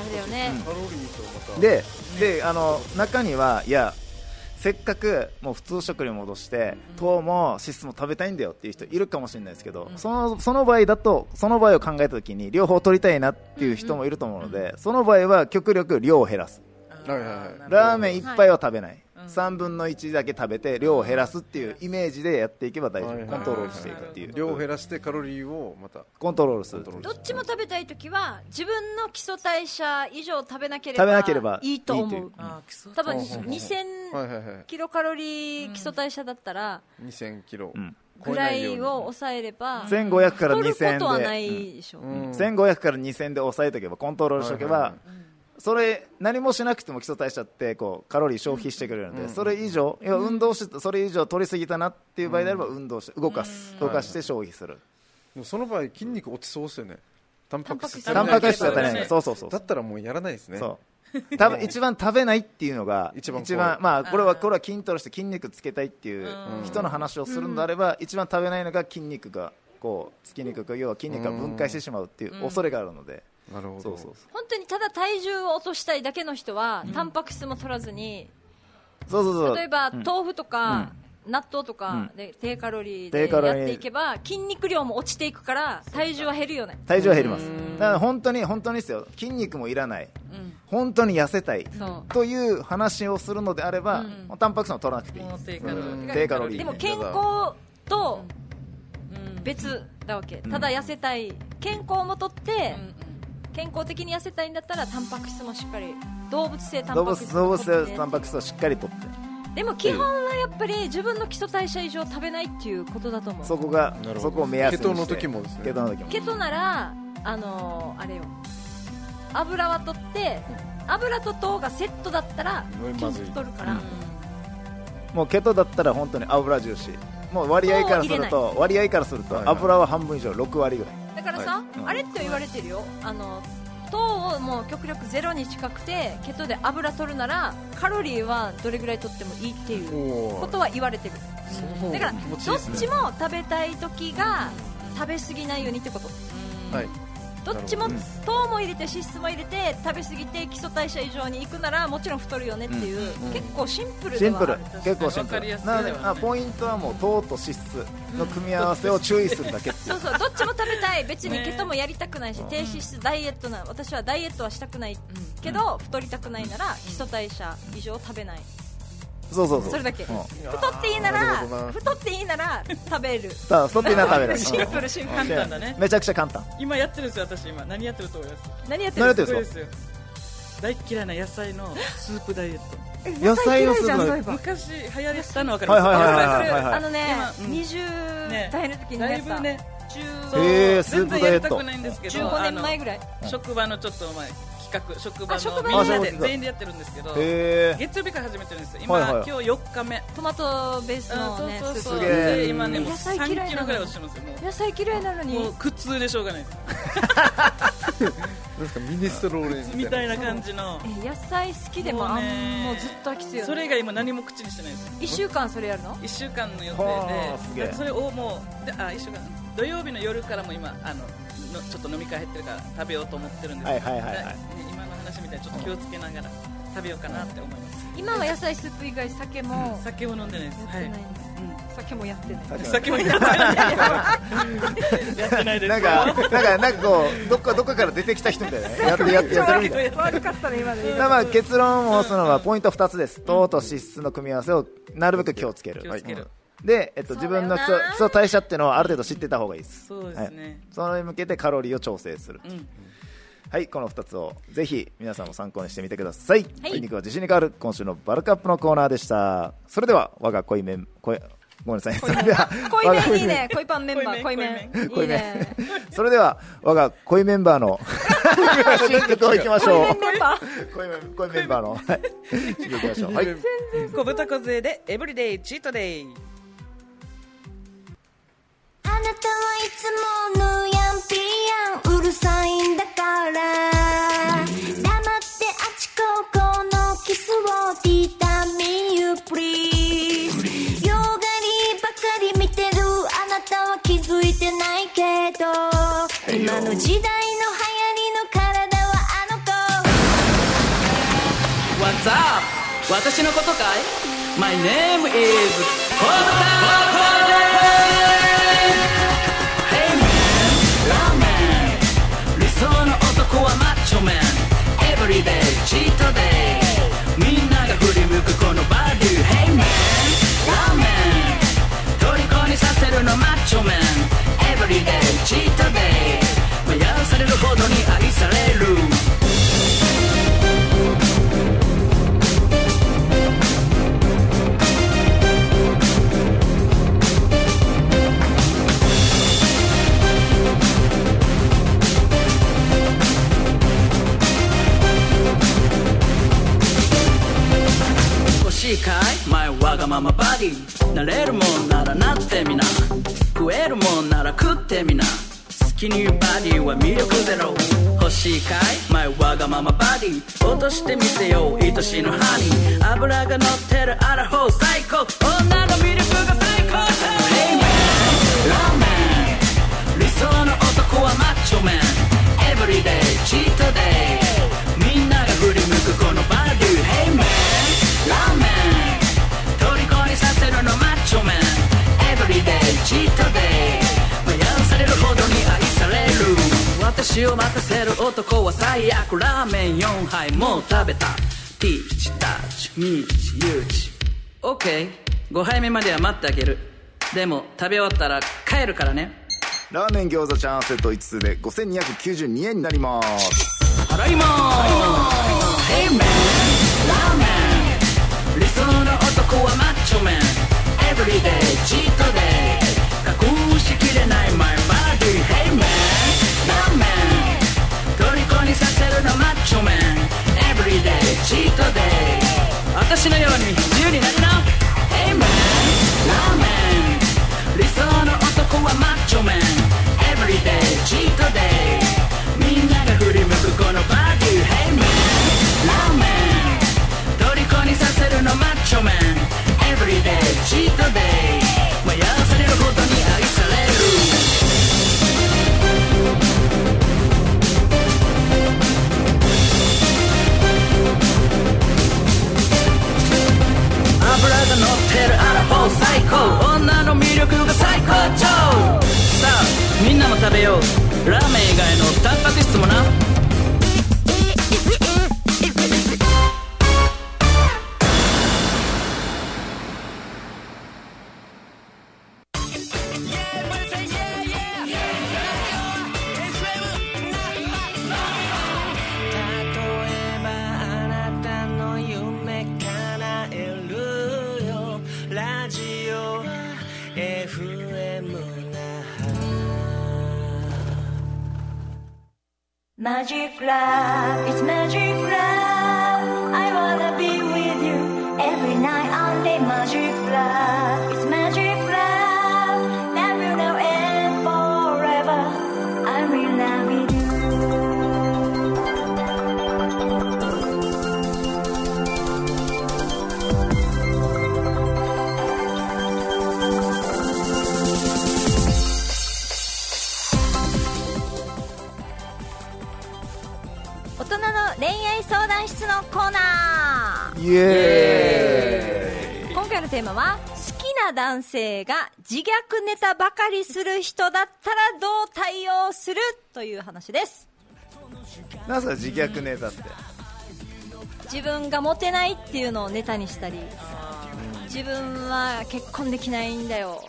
S3: れだよね
S5: カロリーとまた
S2: でであの中にはいやせっかくもう普通食に戻して糖も脂質も食べたいんだよっていう人いるかもしれないですけど、そのその場合だとその場合を考えた時に両方取りたいなっていう人もいると思うので、その場合は極力量を減らす
S5: はいはいはい
S7: なるほど
S2: ラーメン一杯は食べない、 3分の1だけ食べて量を減らすっていうイメージでやっていけば大丈
S5: はいはい
S2: 夫コ
S5: はい
S2: ントロールしていくっていう
S5: 量を減らしてカロリーをまた
S2: コントロールする
S5: コント
S3: どっちも食べたい時は自分の基礎代謝以上食べなければ
S2: 食べなければ
S3: いいと
S2: いい
S3: 思
S2: という
S3: う
S7: あー基礎
S3: 多分
S5: ほうほうほうはい
S3: 2000
S5: はいはい
S3: キロカロリー基礎代謝だったら
S5: 2000キロ
S2: うん
S5: 超
S3: ぐ
S5: え
S3: ら
S5: ないよう
S3: い
S5: に
S3: を抑えれば
S2: 1500から
S3: 太ることはな
S2: 2000で、
S3: いでしょ
S5: うん
S2: うん1500から2000で抑えとけばコントロールしておけば、
S5: はいはいは
S2: それ何もしなくても基礎代謝ってこうカロリー消費してくれるので、それ以上いや運動してそれ以上取りすぎたなっていう場合であれば運動して動かす、動かして消費する、
S5: でもその場合筋肉落ちそうですよねタンパク質
S7: タン
S2: タンパク質が足
S7: だった
S2: り
S7: ら
S2: ない
S7: ね
S2: そうそうそう
S5: だったらもうやらないですね
S2: そう多分一番食べないっていうのが
S5: 一番怖い
S2: まあこれはこれは筋トレして筋肉つけたいっていう人の話をするのであれば、一番食べないのが筋肉がこうつきにくく要は筋肉が分解してしまうっていう恐れがあるので、
S5: なるほど
S2: そうそう
S3: 本当にただ体重を落としたいだけの人はタンパク質も取らずに
S2: そうそうそう
S3: 例えば豆腐とか納豆とか
S2: う
S3: で低カロリー
S2: 低
S3: で
S2: カロリー
S3: やっていけば筋肉量も落ちていくから体重は減るよね
S2: 体重は減りますだから本当に本当にですよ筋肉もいらない、本当に痩せたい
S3: そ
S2: という話をするのであれば、もうタンパク質も取らなくていい
S7: もう低カロリー
S2: 低カロリー
S3: でも健康と別だわけただ痩せたい健康もとって健康的に痩せたいんだったらタンパク質もしっかり動物性タン
S2: 動
S3: パ
S2: 物
S3: ク質
S2: 動
S3: も
S2: 物
S3: 取って
S2: 性タンパク質をしっかりとって
S3: でも基本はやっぱり自分の基礎代謝以上食べないっていうことだと思う
S2: そこが
S5: なるほど
S2: そこを目安にして
S5: ケトの時もですね
S2: ケトの時も
S3: ケトならあのーあれよ油は取って油と糖がセットだったら
S5: うん
S3: 筋肉取るから、
S2: もうケトだったら本当に油重視もう割合からする
S3: 糖
S2: と割合からする
S5: はい
S2: と
S5: はい
S2: 油は半分以上6割ぐらい
S3: だからさ、
S2: いうん
S3: あれって言われてるよあの糖をもう極力ゼロに近くてケトで油取るならカロリーはどれぐらい取ってもいいっていう
S5: お
S3: こ
S5: ー
S3: とは言われてる
S5: そう
S3: だから
S5: 気持ちいい
S3: どっ
S5: ですね
S3: ちも食べたい時が食べ過ぎないようにってこと
S5: はい
S3: どっちも糖も入れて脂質も入れて食べ過ぎて基礎代謝以上にいくならもちろん太るよねっていう、結構シンプル
S2: シ
S3: で
S2: ン
S3: は
S2: プ
S3: あ
S2: ル
S3: る
S2: 結構シンプ
S7: わかりや
S2: ル
S7: すい
S2: なので
S7: わね
S2: あポイントはもう糖と脂質の組み合わせを注意するだけってい
S3: そううそうどっちも食べたい別に
S7: ね
S3: ケトもやりたくないし低脂質ダイエットな私はダイエットはしたくないけど太りたくないなら基礎代謝以上食べない
S2: そうそうそう
S3: それだ
S2: う
S3: け
S2: ん
S3: 太っていいな
S5: なるほど
S3: ら
S5: な
S3: 太っていいなら食べる
S2: さあ太っていいな食べる
S7: シンプルシンプル簡単だね
S2: めちゃくちゃ簡単
S7: 今やってるんですよ私今何やってると思います
S3: 何やって
S2: 何や
S3: る
S2: ってる
S7: すご
S2: ん
S7: いで
S2: ですか
S7: すよ大っ嫌いな野菜のスープダイエット
S2: 野菜のスープだ
S3: 嫌い
S2: け
S3: じゃんそうい
S7: 昔流行ったの分かり
S2: は
S7: ま
S2: いはい
S7: す
S2: はい
S7: わか
S2: はいはい
S7: ります
S3: えば
S2: は
S3: あ
S2: い
S3: のね、
S7: 今うん
S3: 20
S7: ね
S3: 代の時に
S7: だ
S3: や
S7: い
S3: っ
S7: ぶ
S3: た、
S7: ね
S2: へえスー
S7: 全
S2: プダ
S7: 然
S2: イエ
S7: や
S2: ッ
S7: り
S2: ト
S7: たくないんですけど
S3: 15年前ぐらい
S7: あの職場のちょっと前企画職場
S3: あ職場
S7: のみんな
S2: の
S7: で全員でやってるんですけど
S2: へえ
S7: 月曜日から始めてるんですよ今、
S2: はいはい
S7: 今日4日目
S3: トマトベースのね、
S7: そうそう
S3: ス
S7: そ
S3: ー
S7: う
S3: プ
S2: げえ
S7: で今ねもう
S3: 野菜嫌いなの
S7: 3キロぐらい落ちてますよも
S3: 野菜嫌いなのに
S7: うもう苦痛でしょうがない
S5: なんですかミネストローレン
S7: みたい
S5: な
S7: な感じの
S3: え野菜好きでも
S7: もう
S3: あ
S7: ね
S3: んもうずっと飽きてるよね
S7: それ以外今何も口にしてないです
S3: 1週間それやるの
S7: 1週間の予
S2: はあす
S7: 定
S2: げえ
S7: ででそれをもうであ一週間土曜日の夜からも今あののちょっと飲み会減ってるから食べようと思ってるんですけど
S2: はいはいはいはい
S7: で今の話みたいにちょっと気をつけながら食べようかなって思います
S3: 今は野菜スープ以外酒もや
S7: 酒を飲んでないです
S3: っ
S7: は
S3: てないい、酒もやってない
S7: 酒も やってないやってないです
S2: なんかなんかなんかこうどっかどっかから出てきた人みたいなねやってやってやってるみたいな
S3: 悪かったね今の
S2: だからまあ結論をするのはポイント2つです、糖と脂質の組み合わせをなるべく気をつける
S7: 気をつける
S2: で、えっと、
S3: そうだ
S2: 自
S3: よ
S2: 分の
S3: な
S2: 基礎基礎代謝っていうのをある程度知ってた方がいいです
S7: そうですね
S2: それに向けてカロリーを調整する、
S7: うん
S2: はいこの2つをぜひ皆さんも参考にしてみてください、
S3: はい
S2: 筋肉は自信に変わる今週のバルカップのコーナーでしたそれでは我が恋面恋ごめんなさいそれでは
S3: 恋
S2: 我が
S3: 麺いいね恋パンメンバー
S7: 濃
S3: 恋
S7: い
S3: 麺
S7: め
S3: いいね
S2: それでは我が恋メンバー の新曲をいきましょう
S3: 恋麺メンバー
S2: 恋メン恋メンバーのはい新曲いきましょうはい
S7: 小豚小杖でエブリデイチートデイ
S1: あなたはいつもぬやんぴやんうるさいんだから黙ってあちここのキスを t タ m e you please よがりばかり見てるあなたは気づいてないけど今の時代の流行りの体はあの子
S8: What's up? 私のことかい ?My name is コードタコー Hey man, ラーメン理想の男はマッチョメン Everyday, チートデイみんなが振り向くこのバディ
S7: リデイチートデイ迷わされるほどに愛される欲しいかい前わがままバディなれるもんならなってみな食えるもんなら食ってみな好きにバディは魅力ゼロ欲しいかい前わがままバディ落としてみせよう愛しのハニー脂が乗ってるアラフォー最高女の魅力が最高だ Hey man ラーメン理想の男はマッチョメン Everyday チートデイみんなが振り向くこのバディ Hey man ラーメン虜にさせるのマッチョメン Everyday チートデイ迷わされるほどに愛される私を待たせる男は最悪ラーメン4杯もう食べたピーチタッチミーチユーチ OK5 杯目までは待ってあげるでも食べ終わったら帰るからね
S2: ラーメン餃子チャーハンセット5つで5292円になります
S7: 払いまーす Hey man ラーメン理想の男はマッチョメン Everyday チートデイ隠しきれない my body Hey man ラーメン虜にさせるのマッチョメン Everyday チートデイ私のように自由になりな Hey man ラーメン理想の男はマッチョメン Everyday チートデイみんなが振り向くこのバディ Hey man ラーメン虜にさせるのマッチョメン Everyday チートデイ迷わされるほどに愛される脂が乗ってるアラフォー最高女の魅力が最高潮さあみんなも食べようラーメン以外のタンパク質もな
S4: 例えばあなたの夢叶えるよラジオ FM
S1: マジックラブ It's magic love I wanna be with you Every night only magic love It's magic love That will now end forever I'm in love with you
S3: 大人の恋愛相談室のコーナ
S2: イエ
S3: ー今回のテーマは好きな男性が自虐ネタばかりする人だったらどう対応するという話です
S2: ーイなんすか自虐ネタって
S3: 自分がモテないっていうのをネタにしたり自分は結婚できないんだよ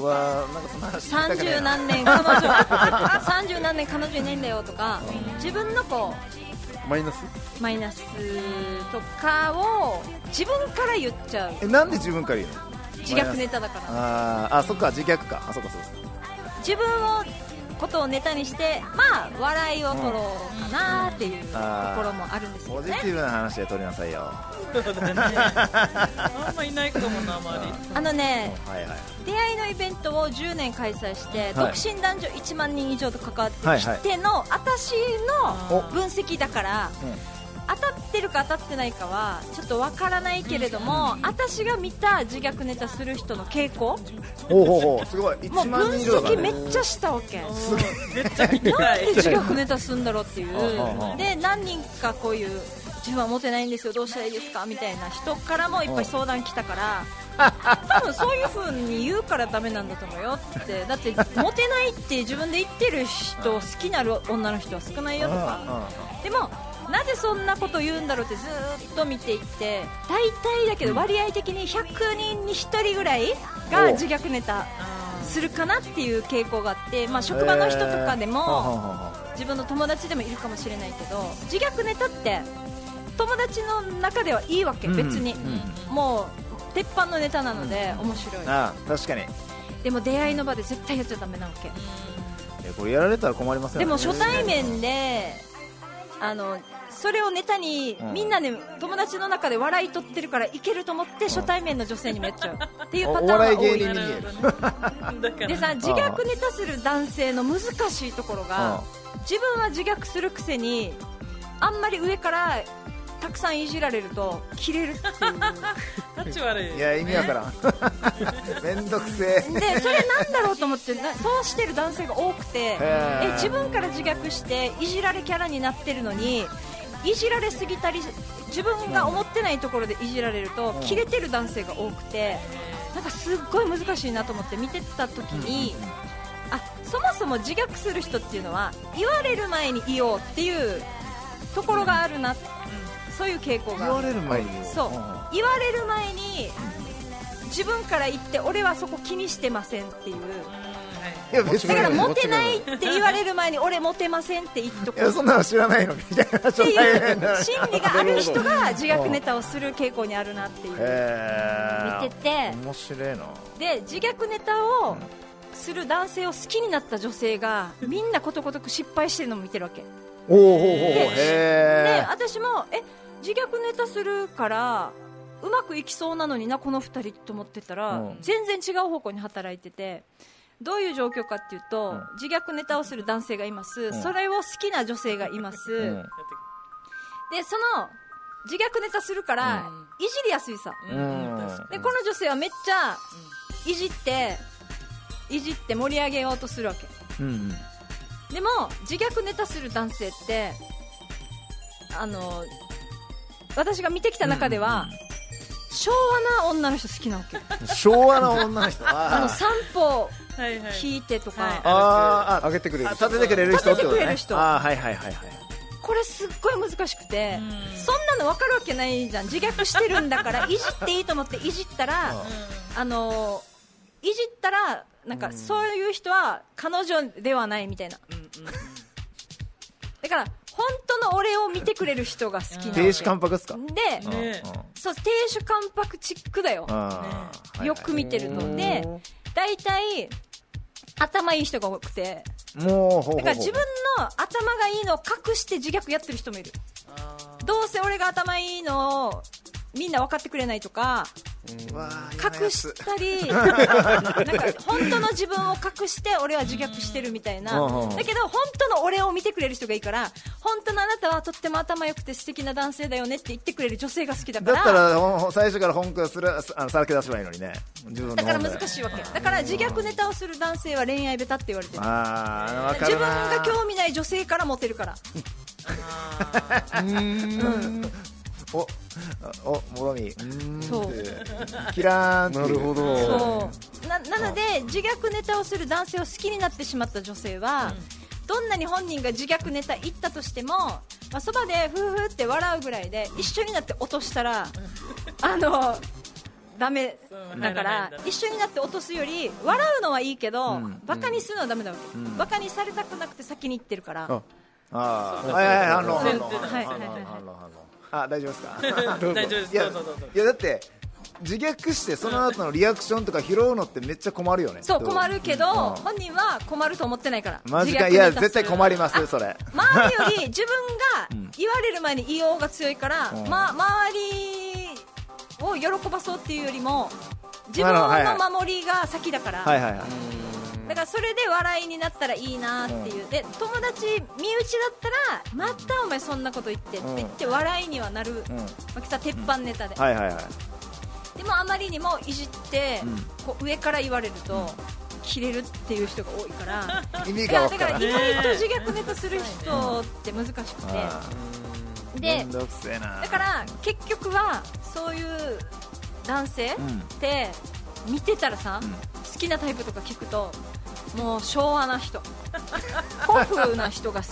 S2: うわーなんかそんな話聞
S3: 三
S2: きたくね
S3: 十
S2: えな
S3: 何年彼女 三十何年彼女いないんだよとか自分のこ
S5: マイナス
S3: うマイナスとかを自分から言っちゃう
S2: えなんで自分から言うの
S3: 自虐ネタだから
S2: あーあそっか自虐かあそっかそっか
S3: 自分をことをネタにしてまあ笑いを取ろうかなっていうところもあるんです
S2: ポ
S3: よ
S2: ジテ
S3: ね
S2: ィブな話で取りなさいよは
S9: あんまいないかもなあまり
S3: あのね
S2: いはい
S3: 出会いのイベントを10年開催して、
S2: はい
S3: 独身男女1万人以上と関わってきての、
S2: はいはい
S3: 私の分析だから、当たってるか当たってないかはちょっとわからないけれども、私が見た自虐ネタする人の傾向
S2: ほうほうほうすごい
S3: もう
S2: 1
S3: 分
S2: 万人以上だから
S3: 析め
S2: ね
S3: っちゃしたわけ。
S9: めっちゃ聞きたい
S3: なんで自虐ネタするんだろうっていう
S2: ああ
S3: で何人かこういう自分はモテないんですよどうしたらいいですかみたいな人からもいっぱい相談来た から多分そういう風に言うからダメなんだと思うよってだってモテないって自分で言ってる人好きな女の人は少ないよとかでもなぜそんなこと言うんだろうってずーっと見ていって大体だけど割合的に100人に1人ぐらいが自虐ネタするかなっていう傾向があって、まあ、職場の人とかで
S2: えーはあはあ
S3: も
S2: はあ
S3: 自分の友達でもいるかもしれないけど自虐ネタって友達の中ではいいわけ、
S2: うん
S3: 別に、もう鉄板のネタなので、面白い
S2: ああ確かに
S3: でも出会いの場で絶対やっちゃダメなわけ
S2: えこれやられたら困りますよね
S3: でも初対面であのそれをネタに
S2: うん
S3: みんなで友達の中で笑い取ってるからいけると思って初対面の女性にもやっちゃうっていうパター
S2: お
S3: ン
S2: お笑
S3: はい多
S2: 芸
S3: い
S2: 人に見える
S7: だから
S3: でさ自虐ネタする男性の難しいところが自分は自虐するくせにあんまり上からたくさんいじられると切れるって
S7: 立ち悪い
S2: うんいや意味わからん めんどくせ
S3: いうでそれなんだろうと思ってなそうしてる男性が多くて
S2: ー
S3: え自分から自虐していじられキャラになってるのにいじられすぎたり自分が思ってないところでいじられると切れてる男性が多くてなんかすっごい難しいなと思って見てた時に。あそもそも自虐する人っていうのは言われる前に言おうっていうところがあるな、そういう傾向
S2: え
S3: があ
S2: 言われる前に言お
S3: そう言われる前に自分から言って俺はそこ気にしてませんっていう
S2: いや別
S3: だから
S2: に
S3: モテないって言われる前に俺モテませんって言っと
S2: い
S3: こう
S2: やそんなの知らないのみたいな初
S3: って
S2: 対
S3: い
S2: 面
S3: う
S2: な
S3: 心理がある人が自虐ネタをする傾向にあるなっていう
S2: え
S3: 見てて
S2: 面白いな
S3: で自虐ネタをする男性を好きになった女性がみんなことごとく失敗してるのも見てるわけ
S2: おおほうほう
S3: でで
S2: へえ
S3: 私もえ自虐ネタするからうまくいきそうなのになこの2人と思ってたら、
S2: うん
S3: 全然違う方向に働いててどういう状況かっていうと、自虐ネタをする男性がいます、それを好きな女性がいます、
S2: うん
S3: でその自虐ネタするから、いじりやすいさ
S2: うん
S3: でこの女性はめっちゃいじっていじって盛り上げようとするわけ
S2: うん
S3: でも自虐ネタする男性ってあの私が見てきた中では、昭和な女の人好きなわけ
S2: うん 昭和の女の人
S3: あの
S2: あー
S3: 散歩
S7: はいはい
S3: 聞いてとか、
S7: はい
S2: あーあ
S5: 上げてくれる
S2: あ立ててくれる人ってこと
S3: 立ててくれ
S2: ね
S3: る人
S2: あーはいはいはいはい
S3: これすっごい難しくて、
S7: うん
S3: そんなの分かるわけないじゃん自虐してるんだからいじっていいと思っていじったら、あのいじったらなんかそういう人は彼女ではないみたいな、だから本当の俺を見てくれる人が好きなの
S2: 亭主関白っすか
S3: で、
S7: ねえ
S3: そう亭主関白チックだよ、
S2: あーはい
S3: よく見てるので大体頭いい人が多くて
S2: もうほうほうほう
S3: だから自分の頭がいいのを隠して自虐やってる人もいるどうせ俺が頭いいのをみんな分かってくれないとか隠した りなんか本当の自分を隠して俺は自虐してるみたいな
S2: うんうん
S3: だけど本当の俺を見てくれる人がいいから本当のあなたはとっても頭良くて素敵な男性だよねって言ってくれる女性が好きだか
S2: だ
S3: ら
S2: ったらほんほん最初から本句するあのさらけ出せばいいのにね自分の
S3: だから
S2: 本で
S3: 難しいわけだから自虐ネタをする男性は恋愛ベタって言われてる
S2: ああ分か
S3: 自
S2: る
S3: 分
S2: な
S3: が興味ない女性からモテるから
S2: おおもろみうーん
S3: そう
S2: キラーンっていう
S5: なるほど
S3: そうななので自虐ネタをする男性を好きになってしまった女性は、どんなに本人が自虐ネタ言ったとしても、まあ、そばでふーふーって笑うぐらいで一緒になって落としたらあのダメだから
S7: うん
S3: 一緒になって落とすより笑うのはいいけど、バカにするのはダメだわけ、バカにされたくなくて先に行ってるから、
S2: ああはいはいはい反論反論
S7: 全然
S3: はいはい
S2: 反論
S3: はい
S2: 反論反論あ大丈夫ですか
S7: 大丈夫です
S2: いや
S7: どうぞどうぞ
S2: いやだって自虐してその後のリアクションとか拾うのってめっちゃ困るよね
S3: そう困るけど、
S2: うん
S3: 本人は困ると思ってないから
S2: マジ
S3: 自
S2: か
S3: 虐
S2: いや
S3: ネタする
S2: 絶対困りますよそれ
S3: 周りより自分が言われる前に言いようが強いから、
S2: うん
S3: ま、周りを喜ばそうっていうよりも自分
S2: なるほどは
S3: の守りが先だから、
S2: はいはいはい
S3: だからそれで笑いになったらいいなっていう、で友達、身内だったらまたお前そんなこと言ってって言って笑いにはなる、
S2: ん
S3: まあきさ鉄板ネタで、
S2: はいはいはい
S3: でもあまりにもいじって、こう上から言われると切れるっていう人が多い から。
S2: 意
S3: い
S2: 味が
S3: や
S2: 分
S3: だ
S2: か
S3: からら
S2: ない
S3: 意外と自虐ネタする人って難しく
S2: あ
S3: て
S2: ーめ
S3: で
S2: んどくせえな
S3: だから結局はそういう男性って見てたらさ好きなタイプとか聞くともう昭和な 人古風な人が好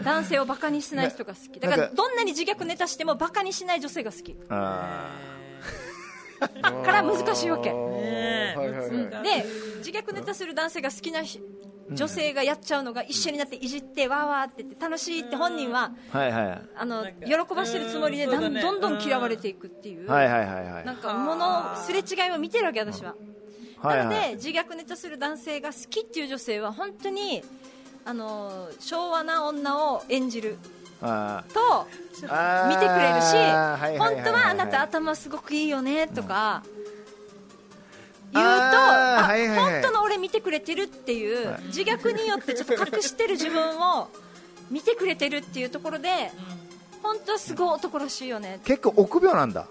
S3: き男性をバカにしない人が好きだか
S2: な
S3: ら
S2: んか
S3: どんなに自虐ネタしてもバカにしない女性が好き
S2: あ
S3: から難しいわけ
S5: ねはいはいはい
S7: 難
S3: で自虐ネタする男性が好きなひ女性がやっちゃうのが一緒になっていじってわーわーって言って楽しいって本人は
S2: はいはいはい
S3: あの
S7: なんか
S3: 喜ばしてるつもりで
S7: うんそう
S3: ど
S7: だ
S3: ん
S7: ね
S3: どんどん嫌われていくっていう、
S2: はいはいはいはい
S3: なんか物をすれ違いを見てるわけ私は、
S2: はい
S3: なの
S2: は
S3: で
S2: い
S3: 自虐ネタする男性が好きっていう女性は本当にあの昭和な女を演じる
S2: あ
S3: と
S2: ーあー
S3: 見てくれるし、
S2: はいいいい
S3: 本当はあなた頭すごくいいよねとか、言う
S2: あー
S3: とあ、
S2: はいはいはい
S3: 本当の俺見てくれてるっていう、
S2: はい
S3: 自虐によってちょっと隠してる自分を見てくれてるっていうところで、本当はすごい男らしいよね
S2: 結構臆病なんだ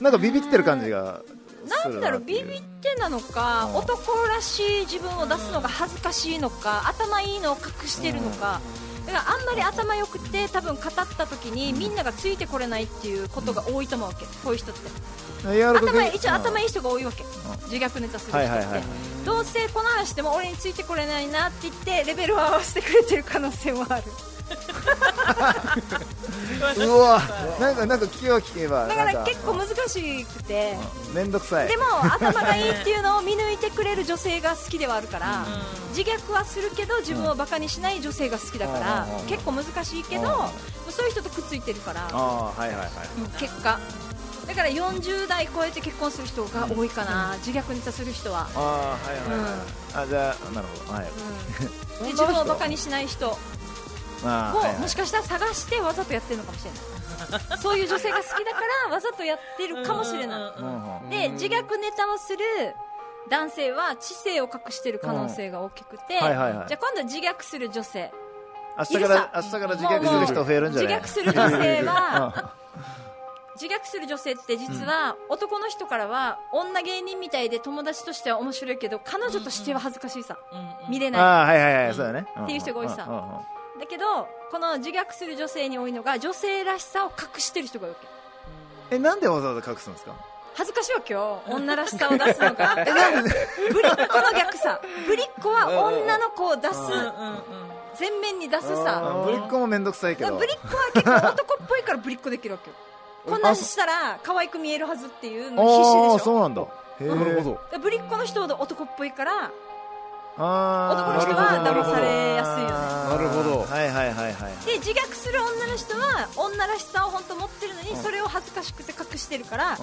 S2: なんかビビってる感じが
S3: な
S2: す
S3: ん
S2: る
S3: だろ
S2: っ
S3: う
S2: てい
S3: ビビってなのか、
S2: うん
S3: 男らしい自分を出すのが恥ずかしいのか頭いいのを隠してるのか、だからあんまり頭良くて多分語った時にみんながついてこれないっていうことが多いと思うわけ、こういう人って
S2: やること
S3: 頭一応頭いい人が多いわけ、
S2: ん
S3: 自虐ネタする人って、
S2: はいはいはいはい
S3: どうせこの話しても俺についてこれないなって言ってレベルを合わせてくれてる可能性もある
S2: うわなんかなんか聞けば聞けば
S3: だか
S2: なん
S3: ら
S2: か
S3: 結構難しくて、
S2: 面倒くさい
S3: でも頭がいいっていうのを見抜いてくれる女性が好きではあるから、自虐はするけど自分をバカにしない女性が好きだから、
S2: うん
S3: 結構難しいけど、
S2: うん
S3: もうそういう人とくっついてるから、
S2: ああはいはいはい
S3: うん結果だから40代超えて結婚する人が多いかな、自虐ネタする人は、
S2: ああはいはいはいあじゃあなるほどはい
S3: うん、で自分をバカにしない人
S2: あーはい
S3: を
S2: は
S3: も
S2: い
S3: しかしたら探してわざとやってるのかもしれないそういう女性が好きだからわざとやってるかもしれな
S2: うんうん
S3: いで自虐ネタをする男性は知性を隠してる可能性が大きくて、
S2: うんはいはいはい
S3: じゃあ今度自虐する女性
S2: 明日から明日から自虐する人増えるんじゃない
S3: 自虐する女性は
S2: あ
S3: 自虐する女性って実は男の人からは女芸人みたいで友達としては面白いけど彼女としては恥ずかしいさ、見れない
S2: あーはいはいはいそうだね
S3: っていう人が多いさ
S2: うんうんうん
S3: だけどこの自虐する女性に多いのが女性らしさを隠してる人が多いわけ
S2: えなんでわざわざ隠すんですか
S3: 恥ずかしいわけよ女らしさを出すの がだからぶりっ子の逆さぶりっ子は女の子を出す全面に出すさ
S2: あーぶりっ子も面倒くさいけ
S3: だか
S2: ど
S3: らぶりっ子は結構男っぽいからぶりっ子できるわけよこんなんしたら可愛く見えるはずっていう
S2: あ
S3: の必死
S2: あ
S3: でしょ
S2: そうなんだへえ
S5: なるほど
S3: だからぶりっ子の人ほど男っぽいから
S2: あ
S3: 男の人
S2: ー
S3: は騙されやすいよね
S5: なるほど
S2: はいはいはいはい
S3: で自虐する女の人は女らしさを本当持ってるのにそれを恥ずかしくて隠してるから
S2: う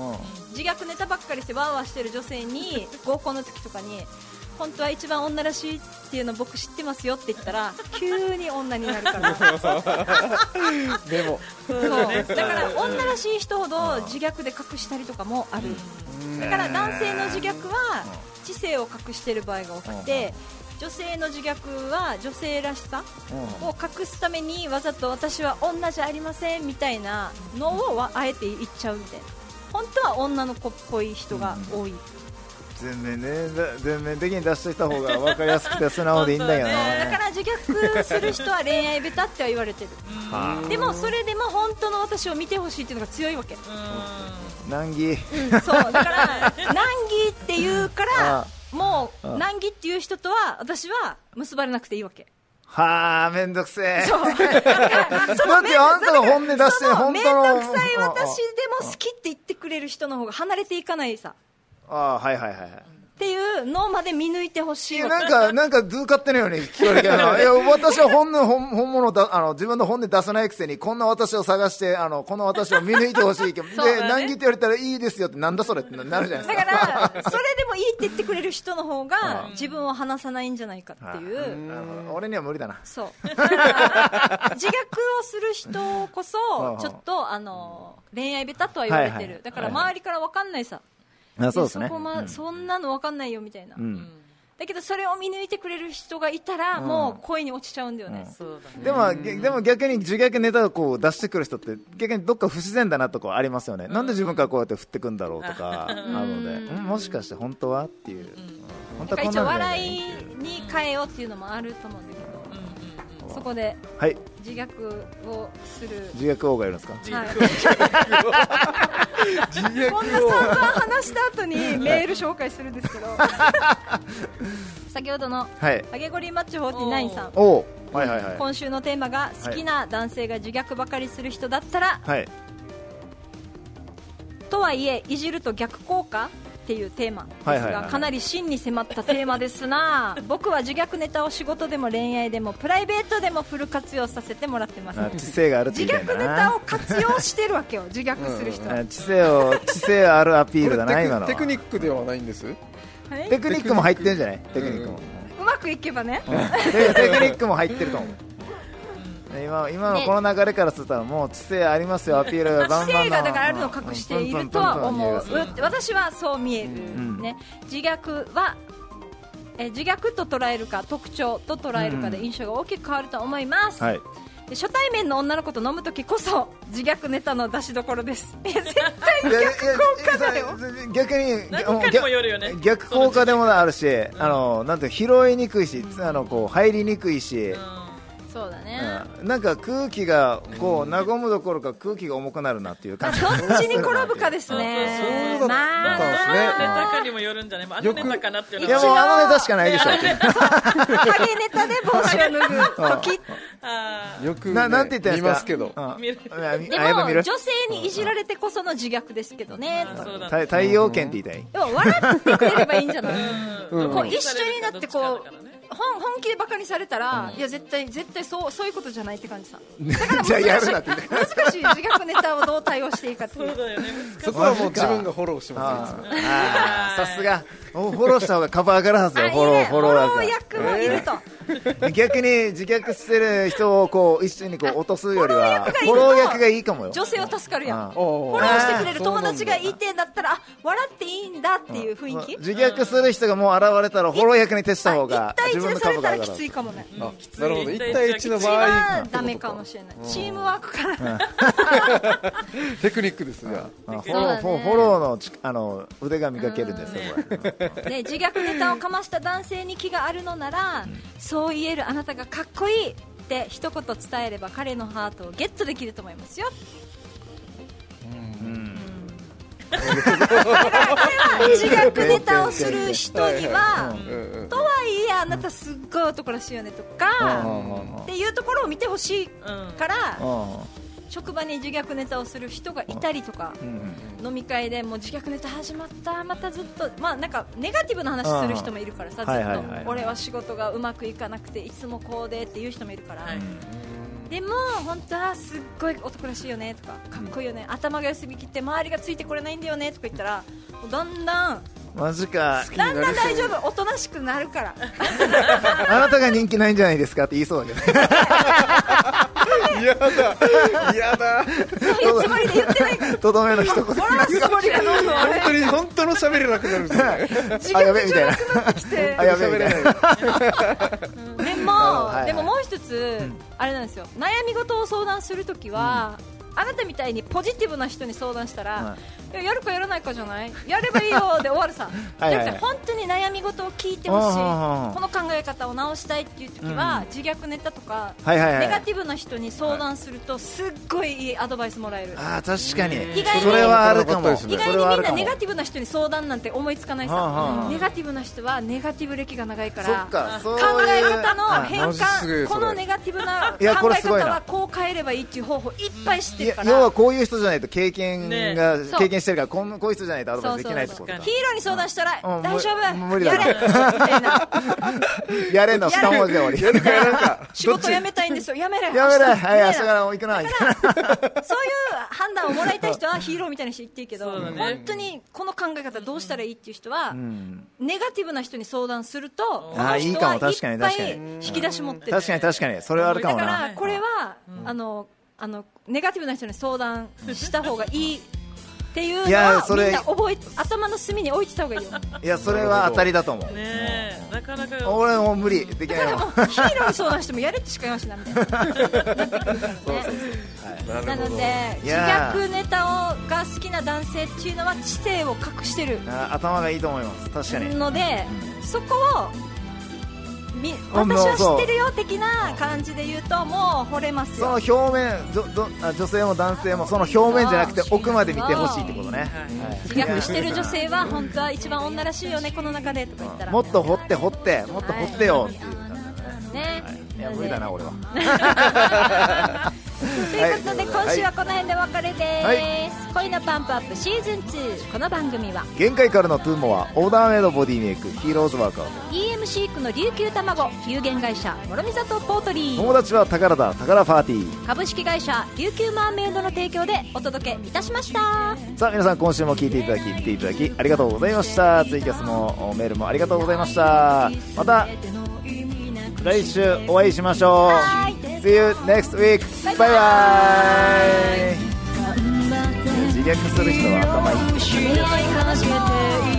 S3: 自虐ネタばっかりしてワーワーしてる女性に合コンの時とかに本当は一番女らしいっていうの僕知ってますよって言ったら急に女になるから
S5: でも
S3: そうだから女らしい人ほど自虐で隠したりとかもあるだから男性の自虐は知性を隠してる場合が多くて女性の自虐は女性らしさを隠すためにわざと私は女じゃありませんみたいなのをわあえて言っちゃうみたいな本当は女の子っぽい人が多い、
S2: 全面ねだ全面的に出していた方が分かりやすくて素直でいいんだよね
S3: だから自虐する人は恋愛ベタっては言われてる
S2: は
S3: でもそれでも本当の私を見てほしいっていうのが強いわけ、
S2: あ難儀
S3: うんそうだから難儀っていうか
S2: あ
S3: らも
S2: あ
S3: う難儀っていう人とは私は結ばれなくていいわけ
S2: はあ面倒くせえ
S3: そう だからそ
S2: だってあんたが本音出して
S3: その
S2: 本
S3: 面
S2: 当の
S3: 倒くさい私でも好きって言ってくれる人の方が離れていかないさ
S2: ああはいはいはいはい
S3: っていうのまで見抜いてほしいわけ
S2: なんか、なんか、ずー勝手のように聞こえるけどな、いや、私は本の、本本物だ、あの、自分の本で出さないくせに、こんな私を探して、あの、この私を見抜いてほしいけど、
S7: そうだ
S2: で、
S7: ね
S2: 難儀って言われたらいいですよって、なんだそれってななるじゃないで
S3: だ
S2: すか。
S3: から、それでもいいって言ってくれる人の方が、自分を話さないんじゃないかっていう、
S2: なるほど俺には無理だな。
S3: そう。だから自虐をする人こそ
S2: ん、
S3: ちょっと、あの、恋愛ベタとは言われて
S2: はいはい
S3: る。だから、周りから分かんないさ。
S2: あ
S3: そこま、そんなの分かんないよみたいな。
S2: うん。
S3: だけど、それを見抜いてくれる人がいたら、もう恋に落ちちゃうんだよね。
S7: そうだね
S2: でも、げでも逆に自虐ネタをこう出してくる人って、逆にどっか不自然だなとかありますよね。なんで自分からこうやって振ってくんだろうとか、あるので、うんもしかして本当はっていう。本
S3: だ
S2: 当
S3: か
S2: は
S3: ら
S2: こん
S3: 一
S2: な
S3: 応、
S2: んじゃな
S3: 笑
S2: い
S3: いに変えようっていうのもあると思うんだけど、そこで
S2: はい。
S3: 自虐をする。
S2: 自虐王がいるんですか
S3: はい
S5: 自虐
S3: こんな散々話した後にメール紹介する んですけど先ほどの
S2: はい。
S3: 「ハゲゴリマッチョ49」さん
S2: おうはいはいはい。
S3: 今週のテーマが好きな男性が自虐ばかりする人だったら
S2: はい。
S3: ととはいえいじると逆効果っていうテーマですが、
S2: はいはいはいはい
S3: かなり真に迫ったテーマですな僕は自虐ネタを仕事でも恋愛でもプライベートでもフル活用させてもらってます
S2: あ知性があるって
S3: 自
S2: 言いたいん
S3: 虐
S2: だ
S3: ネ
S2: な
S3: タを活用してるわけよ自虐する人は
S2: あ知性を知性あるアピールだ
S5: こ
S2: な
S5: れ
S2: 今のは
S5: テクテクニックではないんです
S3: は
S2: テ
S3: い
S2: クニックも入ってんじゃないテクニックも、
S3: うまくいけばね
S2: でテクニックも入ってると思うで今今のこの流れからするともう知性ありますよアピールがバンバン
S3: 知性がだからあるのを隠しているとは思う
S2: うんうん
S3: う私はそう見える、
S2: ん
S3: ね、自虐はえ自虐と捉えるか特徴と捉えるかで印象が大きく変わると思います、
S2: はい
S3: で初対面の女の子と飲む時こそ自虐ネタの出しどころですえ絶
S2: い
S3: 対
S2: やいや
S3: 逆効果だよ
S2: 逆に
S7: 何かにもよるよね
S2: 逆逆効果でもあるし、あのなんて拾いにくいし、あのこう入りにくいし、
S3: そうだね、
S2: うんなんか空気がこう和むどころか空気が重くなるなっていう
S3: ま
S2: 感じ。
S3: あどっちに転ぶかですね
S5: そうだ
S3: まあ
S5: そ
S7: ネ
S5: うだったんですね
S7: タかにもよるんじゃないあのネタかなっていう
S2: い
S7: の
S2: や
S7: は
S2: もうあのネタしかないでしょ
S3: 影ネタで帽子を脱ぐ時
S7: あ
S5: よく、ね、
S2: ななんて言ったんですか
S5: 見ますけど
S2: うん
S7: 見る
S2: いやみ
S3: で
S2: あやっぱ
S3: も
S2: 見る
S3: 女性にいじられてこその自虐ですけどね
S7: ーそうだ
S2: 太太陽圏って言いたい
S3: でも笑ってくれればいいんじゃない、
S7: うん
S3: こう一緒になってこ
S7: どっちかだからね
S3: う本本気でバカにされたら、いや絶対絶対そうそういうことじゃないって感じさ
S2: じゃあやるなって言いたい
S3: 難しい自虐ネタをどう対応していいかってい
S7: そう
S3: う
S7: だよね
S5: そこはもう自分がフォローします
S2: ああさすがおフォローした方がカバー上がらんはず
S3: あいい
S2: よ
S3: ね
S2: フォロー
S3: フ
S2: フォ
S3: ォロ
S2: ロ
S3: ー
S2: ー
S3: 役もいると、
S2: なんか逆に自虐してる人をこう一緒にこう落とすよりはフォロー役がいいかもよ
S3: 女性は助かるやん
S2: あ
S3: フォローしてくれる友達がいてんだったらあ笑っていいんだっていう雰囲気、
S2: 自虐する人がもう現れたらフォロー役に徹した方
S3: あ
S2: が
S3: 一対
S2: 自
S3: 一
S2: 分
S3: で
S2: の
S3: され
S2: 株
S3: た
S2: が上
S3: ら
S2: が
S3: き
S2: る
S3: ついかもね
S5: あなるほど
S7: 一
S5: 一
S7: 対
S5: 対
S7: 一
S5: 一
S7: は
S5: の
S7: きつい
S3: 一
S5: 場合
S3: はダメかもしれないチームワークから
S5: テクニックですじゃあ
S2: あフォローフ
S3: そうだね
S2: ォローのちあの腕が磨けるんですよこれ
S3: ね、自虐ネタをかました男性に気があるのなら、そう言えるあなたがかっこいいって一言伝えれば彼のハートをゲットできると思いますようん 自虐ネタをする人には
S5: うんうん
S3: とはいえあなたすっごい男らしいよねとかっていうところを見てほしいから
S2: う
S3: 職場に自虐ネタをする人がいたりとか
S2: んうん
S3: 飲み会でもう自虐ネタ始まったまたずっとまあなんかネガティブな話する人もいるからさずっと、
S2: はいはいはい
S3: 俺は仕事がうまくいかなくていつもこうでっていう人もいるから、
S7: はい
S3: でも本当はすっごい男らしいよねとかかっこいいよね、頭が良すぎきって周りがついてこれないんだよねとか言ったらもうだんだん
S2: マジか
S3: だんだん大丈夫おとなしくなるから
S2: あなたが人気ないんじゃないですかって言いそうだけど
S5: 嫌だ嫌だ
S3: そう いうつもりで言ってないから
S2: とどめの一言
S3: 俺はつもりがどんどんあ
S5: 本当に本当の喋れなくなるんですよね
S3: 自
S2: あやべ
S3: 覚
S2: み
S3: じ
S2: たい
S3: ゃ
S2: な
S3: なくなってきて
S2: あやべみ
S5: 喋れ
S2: た
S5: ない
S2: いな
S3: でも、
S2: はいはい
S3: でももう一つ、あれなんですよ悩み事を相談するときは、あなたみたいにポジティブな人に相談したら、
S2: はい
S3: ややるかやらないかじゃないやればいいよで終わるさ
S2: はいはい
S3: じゃなくて本当に悩み事を聞いてほしい
S2: うんうんうん
S3: この考え方を直したいっていう時は、自虐ネタとか、
S2: はいはいはい
S3: ネガティブな人に相談するとすっごいいいアドバイスもらえる
S2: あー確かに
S3: 意外に
S2: それはあるかも
S5: 意
S2: そ
S5: 外
S3: 意
S2: れ
S3: 外に
S2: は
S3: み
S2: あ
S3: ん
S2: るか
S3: な
S2: も
S3: ネガティブな人に相談なんて思いつかない
S2: はあは
S3: さ
S2: あ
S3: ネガティブな人はネガティブ歴が長いか
S2: そ
S3: ら
S2: っかそ
S3: 考
S2: う
S3: え
S2: いう
S3: 方の変
S5: あマジすごい
S3: 換
S5: よそ
S3: こ
S5: れ
S3: のネガティブない
S2: やこ
S3: 考
S2: れ
S3: え
S2: す
S3: 方
S2: ごいな
S3: はこう変えればいいっていう方法いっぱい知って
S2: い
S3: る
S2: や
S3: から
S2: 要はこういう人じゃないと経験が、
S7: ね
S3: そう
S2: 経験してるからこんこういう人じゃないとアドバ
S3: そ
S2: イスで
S3: うそ
S2: き
S3: う
S2: ないってこ
S3: ヒー
S2: と
S3: ロ
S2: だ
S3: ーに相談したら
S2: うん
S3: 大丈
S2: もう無
S3: 夫
S2: 理
S3: や
S2: だ
S3: れみたい な
S2: やれんの二文字で終わりや
S3: 仕事辞めたいんですよやめれや
S2: めれはい明
S3: だ
S2: 日
S3: か
S2: から
S3: ら
S2: もう行くな
S3: そういう判断をもらいたい人はヒーローみたいな人言っていいけど
S7: そうだね
S3: 本当にこの考え方どうしたらいいっていう人はネガティブな人に相談するとこ
S2: あ
S3: の
S2: ーいい
S3: 人
S2: か
S3: は
S2: も
S3: いっ
S2: 確かに
S3: ぱ
S2: 確かに
S3: い引き出し持って て
S2: 確かに確かにそれはあるか
S3: だ
S2: も
S3: か
S2: な
S3: らこれは、あのあのネガティブな人に相談した方がいいっていう
S2: い
S3: の
S2: や
S3: は
S2: それ
S3: みんな覚え頭の隅に置いてた方がいいよだか
S2: いやそれは当たりだと思う
S7: ねえなかなか
S2: 俺もう無理できないも
S3: らも
S2: ん
S3: うヒーローに相談してもやれってしか言わんしなみたいななってくるからねなので
S2: い
S3: 自
S2: やー
S3: 虐ネタをが好きな男性っていうのは知性を隠してる
S2: あ頭がいいと思います確かに
S3: のでそこをみ
S2: あもう
S3: 私
S2: そ
S3: は
S2: う
S3: 知ってるよ的な感じで言うともう惚れます
S2: その
S3: よ
S2: 表面どどあ女性も男性もその表面じゃなくて奥まで見てほしいってことね
S3: 自虐してる女性は本当は一番女らしいよねこの中でとか言ったら
S2: もっと掘って掘ってもっと掘ってよっていう感じだね
S3: ね、
S2: いや無理だな俺は
S3: ということで今週はこの辺でお別れです、
S2: はい
S3: 恋のパンプアップシーズン2この番組は
S2: 限界からのトゥーモアオーダーメイドボディメイクヒーローズワーカー
S3: EM シークの琉球卵有限会社諸見里ポートリー
S2: 友達は宝だ宝パーティー
S3: 株式会社琉球マーメイドの提供でお届けいたしました
S2: さあ皆さん今週も聞いていただき見ていただきありがとうございましたツイキャスもメールもありがとうございましたまた来週お会いしましょ
S3: は
S2: う
S3: い
S2: See you next week バイバイ自虐する人は頭いい
S1: 恋愛始めていい